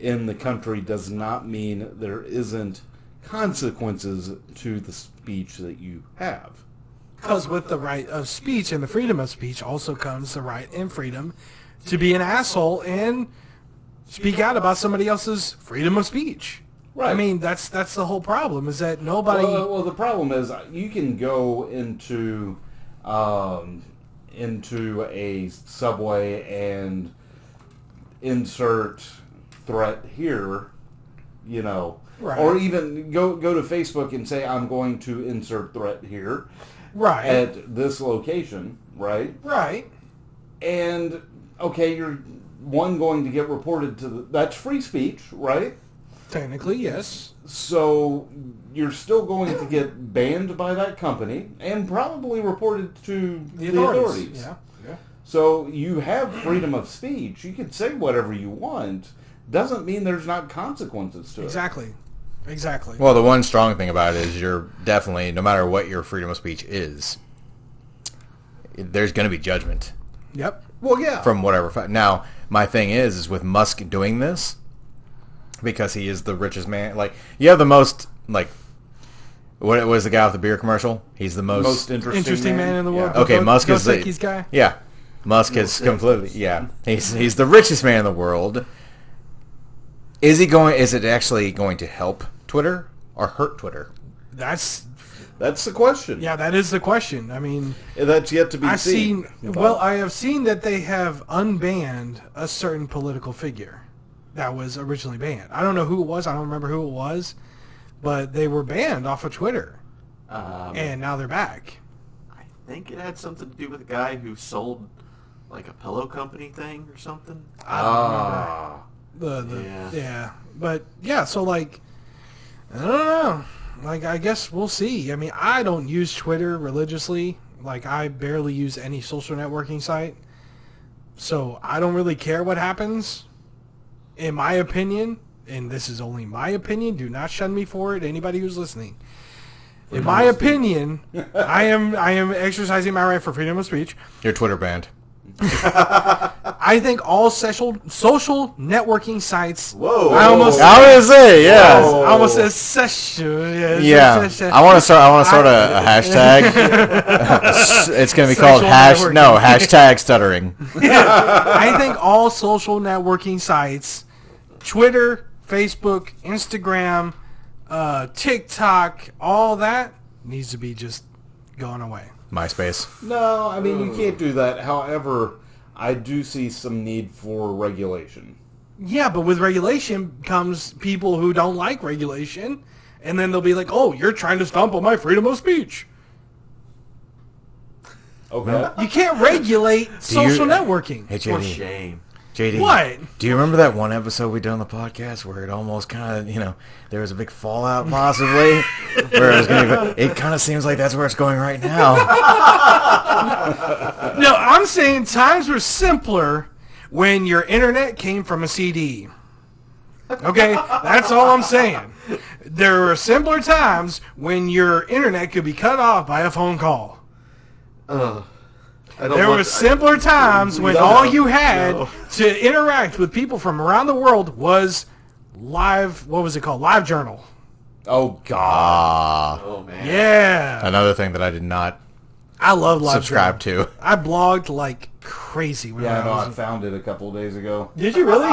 in the country, does not mean there isn't consequences to the speech that you have. Because with the right of speech and the freedom of speech also comes the right and freedom to be an asshole and speak out about somebody else's freedom of speech. I Right. mean, that's that's the whole problem is that nobody. Well, well, the problem is uh, you can go into um, into a subway and insert threat here, you know, Right. or even go go to Facebook and say I'm going to insert threat here right. at this location, right? right. And okay, you're one going to get reported to the, that's free speech, right? Technically, yes. So you're still going to get banned by that company and probably reported to the, authorities. Yeah. yeah. So you have freedom of speech. You can say whatever you want. Doesn't mean there's not consequences to Exactly. Exactly. Well, the one strong thing about it is you're definitely, no matter what your freedom of speech is, there's going to be judgment yep. it. Well, yeah. from whatever. Fa- now, my thing is, is with Musk doing this because he is the richest man. Like you have the most, like what was the guy with the beer commercial? He's the most. Most interesting, Interesting man in the world. okay, Go- Musk go is the Sickies guy. Yeah, Musk is completely. Yeah, he's he's the richest man in the world. Is he going? Is it actually going to help Twitter or hurt Twitter? That's That's the question. yeah. That is the question. I mean, That's yet to be I've seen. seen. Well, I have seen that they have unbanned a certain political figure that was originally banned. I don't know who it was. I don't remember who it was, but they were banned off of Twitter, Um, and now they're back. I think it had something to do with a guy who sold like a pillow company thing or something. Ah. The, the yeah. Yeah. but yeah. So like, I don't know. Like I guess we'll see. I mean, I don't use Twitter religiously. Like I barely use any social networking site, so I don't really care what happens. In my opinion, and this is only my opinion. Do not shun me for it. Anybody who's listening. In my opinion, I am I am exercising my right for freedom of speech. Your Twitter banned. I think all social social networking sites. Oh, Whoa! I almost I was gonna say, yeah, I almost said session. Oh. Yeah. yeah. session. I want to start. I want to start a, a hashtag. *laughs* it's gonna be called Sexual hash. networking. No hashtag stuttering. *laughs* I think all social networking sites, Twitter, Facebook, Instagram, uh, TikTok, all that needs to be just gone away. MySpace. No, I mean, you can't do that. However, I do see some need for regulation. Yeah, but with regulation comes people who don't like regulation, and then they'll be like, "Oh, you're trying to stomp on my freedom of speech." Okay. You can't regulate you- social networking. Hey for JD. shame. JD. What? Do you remember that one episode we did on the podcast where it almost kind of you know there was a big fallout possibly *laughs* where it was gonna be, it kind of seems like that's where it's going right *laughs* now. No, I'm saying times were simpler when your internet came from a CD. Okay, that's all I'm saying. There were simpler times when your internet could be cut off by a phone call. Uh, I don't There want- were I- simpler times when No, all you had no. to interact with people from around the world was live. What was it called? Live Journal. Oh God. Ah, Oh man! Yeah, another thing that I did not I love Live Journal. subscribe to. I blogged like crazy. When Yeah, I I know. I was- found it a couple of days ago, Did you *laughs* really?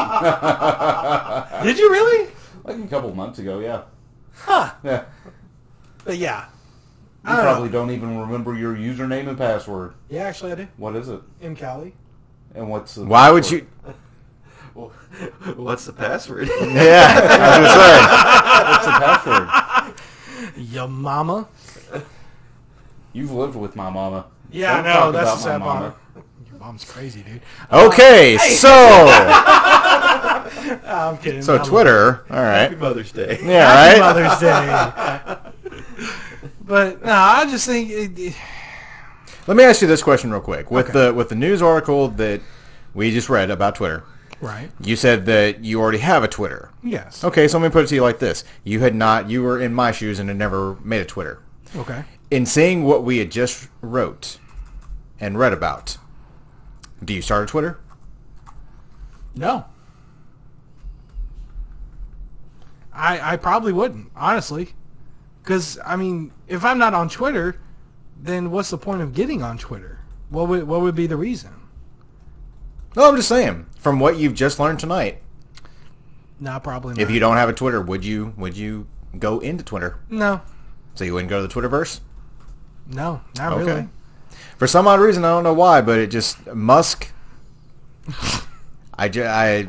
Did you really? like a couple months ago. Yeah. Huh. Yeah. But yeah, You probably don't even remember your username and password. yeah, actually I do. What is it? In Cali. And what's the Why would you? What's the *laughs* password? *laughs* Yeah, I was gonna say. What's the password? Your mama. You've lived with my mama. Yeah, Don't I know, talk that's about a my sad mama. bummer. Your mom's crazy, dude. *laughs* Okay, so I'm kidding. so I love- Twitter. All right. Happy Mother's Day. Yeah, right. Mother's Day. *laughs* but no, I just think it, it- Let me ask you this question real quick. With the with the news article that we just read about Twitter, right. you said that you already have a Twitter. Yes. Okay, so let me put it to you like this: You had not. You were in my shoes and had never made a Twitter. Okay. In seeing what we had just wrote and read about, do you start a Twitter? No. I I probably wouldn't, honestly. Cuz I mean, if I'm not on Twitter, then what's the point of getting on Twitter? What would what would be the reason? No, I'm just saying. From what you've just learned tonight, No, probably not. if you don't have a Twitter, would you would you go into Twitter? No. So you wouldn't go to the Twitterverse? No, not Okay. really. For some odd reason, I don't know why, but it just *laughs* Musk. I ju- I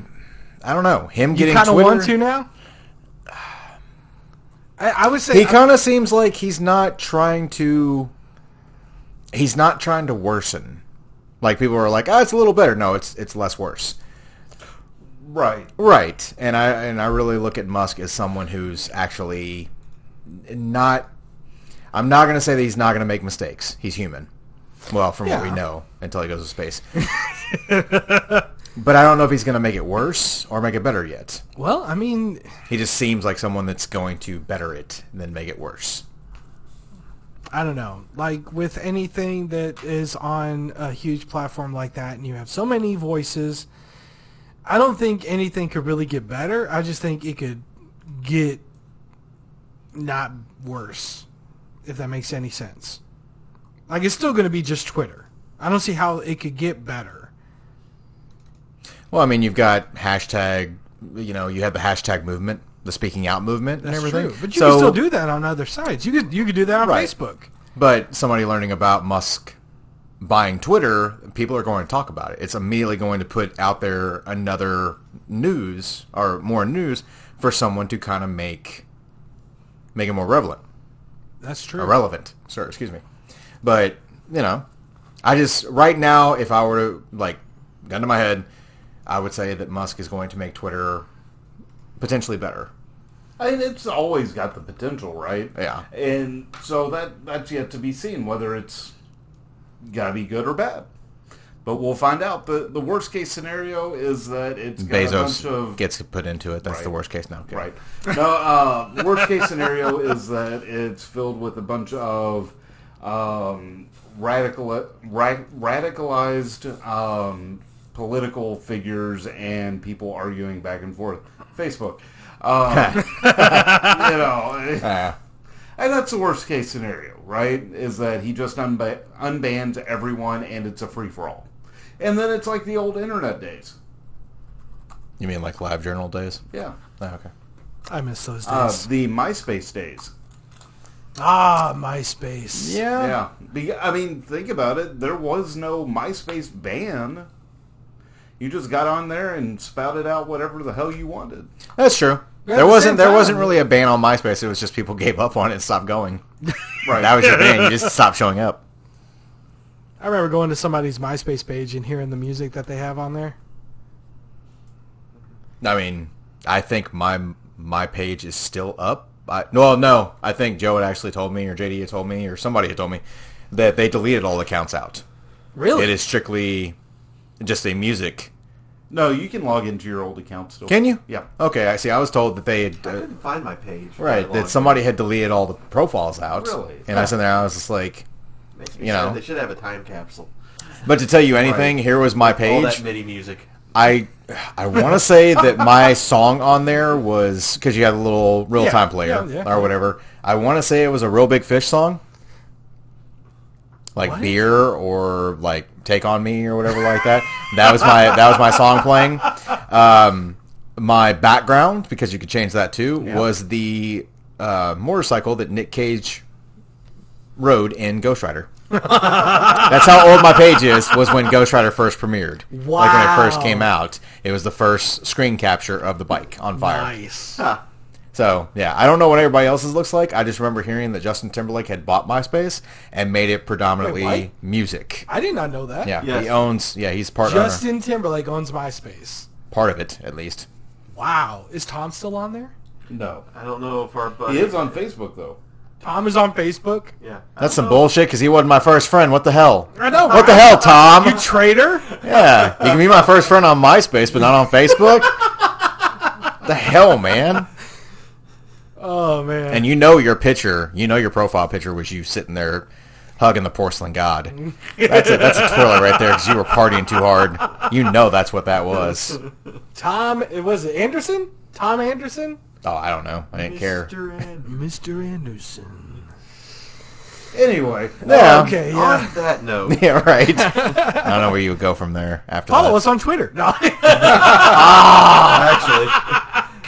I don't know him You getting kind of Twitter. want to now? *sighs* I, I would *laughs* say He kind of seems like he's not trying to. He's not trying to worsen. Like people are like, oh, it's a little better. No, it's it's less worse. Right. Right, and I and I really look at Musk as someone who's actually not. I'm not going to say that he's not going to make mistakes. He's human. Well, from what we Yeah. know, until he goes to space. but I don't know if he's going to make it worse or make it better yet. well, I mean, He just seems like someone that's going to better it than make it worse. I don't know. Like with anything that is on a huge platform like that, and you have so many voices, I don't think anything could really get better. I just think it could get not worse, if that makes any sense. Like it's still going to be just Twitter. I don't see how it could get better. Well, I mean, you've got hashtag. You know, you have the hashtag movement, the speaking out movement, and everything. but you So- can still do that on other sites. You could you could do that on Right. Facebook. But somebody learning about Musk buying Twitter, people are going to talk about it. It's immediately going to put out there another news or more news for someone to kind of make make it more relevant. That's true. Irrelevant, sir. Excuse me. But you know, I just right now, if I were to like gun to my head, I would say that Musk is going to make Twitter potentially better. I mean, it's always got the potential, right? Yeah. And so that that's yet to be seen whether it's gotta be good or bad. But we'll find out. the The worst case scenario is that it's got a bunch Bezos of gets put into it. That's the Right. worst case now. Okay. right. No, uh, worst case scenario is that it's filled with a bunch of um, radical ra- radicalized um, political figures and people arguing back and forth. Facebook. Um, you know, Ah. and that's the worst case scenario, right? Is that he just unba- unbans everyone and it's a free for all. And then it's like the old internet days. You mean like live journal days? Yeah. Oh, okay. I miss those Uh, days. the MySpace days. ah, MySpace. Yeah. Be- I mean, think about it. There was no MySpace ban. You just got on there and spouted out whatever the hell you wanted. That's true. at there the wasn't same there time- wasn't really a ban on MySpace. It was just people gave up on it and stopped going. *laughs* Right. That was your ban. You just stopped showing up. I remember going to somebody's MySpace page and hearing the music that they have on there. I mean, I think my my page is still up. I, well, no, I think Joe had actually told me, or JD had told me, or somebody had told me that they deleted all accounts out. Really? It is strictly just a music. no, you can log into your old account still. Can you? Yeah. Okay, I see. I was told that they had I uh, couldn't find my page. for right long that somebody had deleted all the profiles out. Really? And I was in there. I was just like, time. Makes me you sad. know. they should have a time capsule. but to tell you anything, here was my All page. that MIDI music. I I want to say that my song on there was because you had a little real time player yeah, yeah. or whatever. I want to say it was a real big fish song. like beer or like take on me or whatever like that. That was my that was my song playing. Um, my background because you could change that too was the uh, motorcycle that Nick Cage rode in Ghost Rider. That's how old my page is. Was when Ghost Rider first premiered. Like when it first Wow. came out, it was the first screen capture of the bike on fire. Nice. Huh. So yeah, I don't know what everybody else's looks like. I just remember hearing that Justin Timberlake had bought MySpace and made it predominantly Wait, what? music. I did not know that. Yeah, Yes. he owns. Yeah, he's part owner, Justin Timberlake owns MySpace. part of it at least. Wow. Is Tom still on there? No. I don't know if our buddy. He is on Facebook, though. Tom is on Facebook. Yeah. I That's don't some know. bullshit because he wasn't my first friend. What the hell? I know. What the hell, Tom? You traitor. yeah, you can be my first friend on MySpace, but not on *laughs* Facebook. the hell, man! Oh man. And you know your picture. You know your profile picture was you sitting there hugging the porcelain god. That's a, that's a twirler right there because you were partying too hard. You know that's what that was. Tom, it was it Anderson? Tom Anderson? Oh, I don't know. I didn't care. Mr. Ed. Mr. Anderson. Anyway, Yeah. Okay, yeah. On that note, *laughs* Yeah, right. I don't know where you would go from there after Follow that. us on Twitter. No. actually,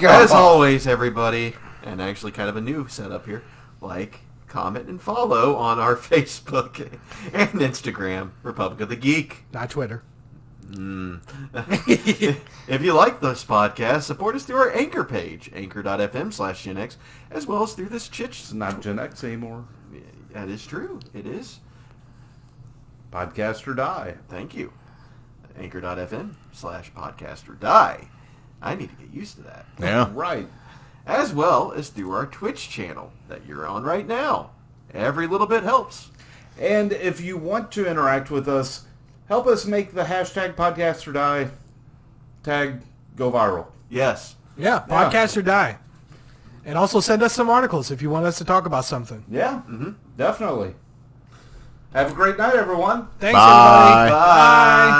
as always, everybody, and actually kind of a new setup here, like, comment, and follow on our *laughs* Facebook and Instagram, Republic of the Geek. Not Twitter. if you like this podcast, support us through our Anchor page, anchor.fm slash Gen X, as well as through this chit. it's not Gen X anymore. That is true. It is. Podcast or die. Thank you. Anchor.fm slash podcast or die. I need to get used to that. Yeah. Right. As well as through our Twitch channel that you're on right now. Every little bit helps. And if you want to interact with us, help us make the hashtag podcast or die tag go viral. Yes. Yeah, podcast or die. And also send us some articles if you want us to talk about something. Yeah, Mm-hmm. definitely. Have a great night, everyone. Thanks, Bye. everybody. Bye.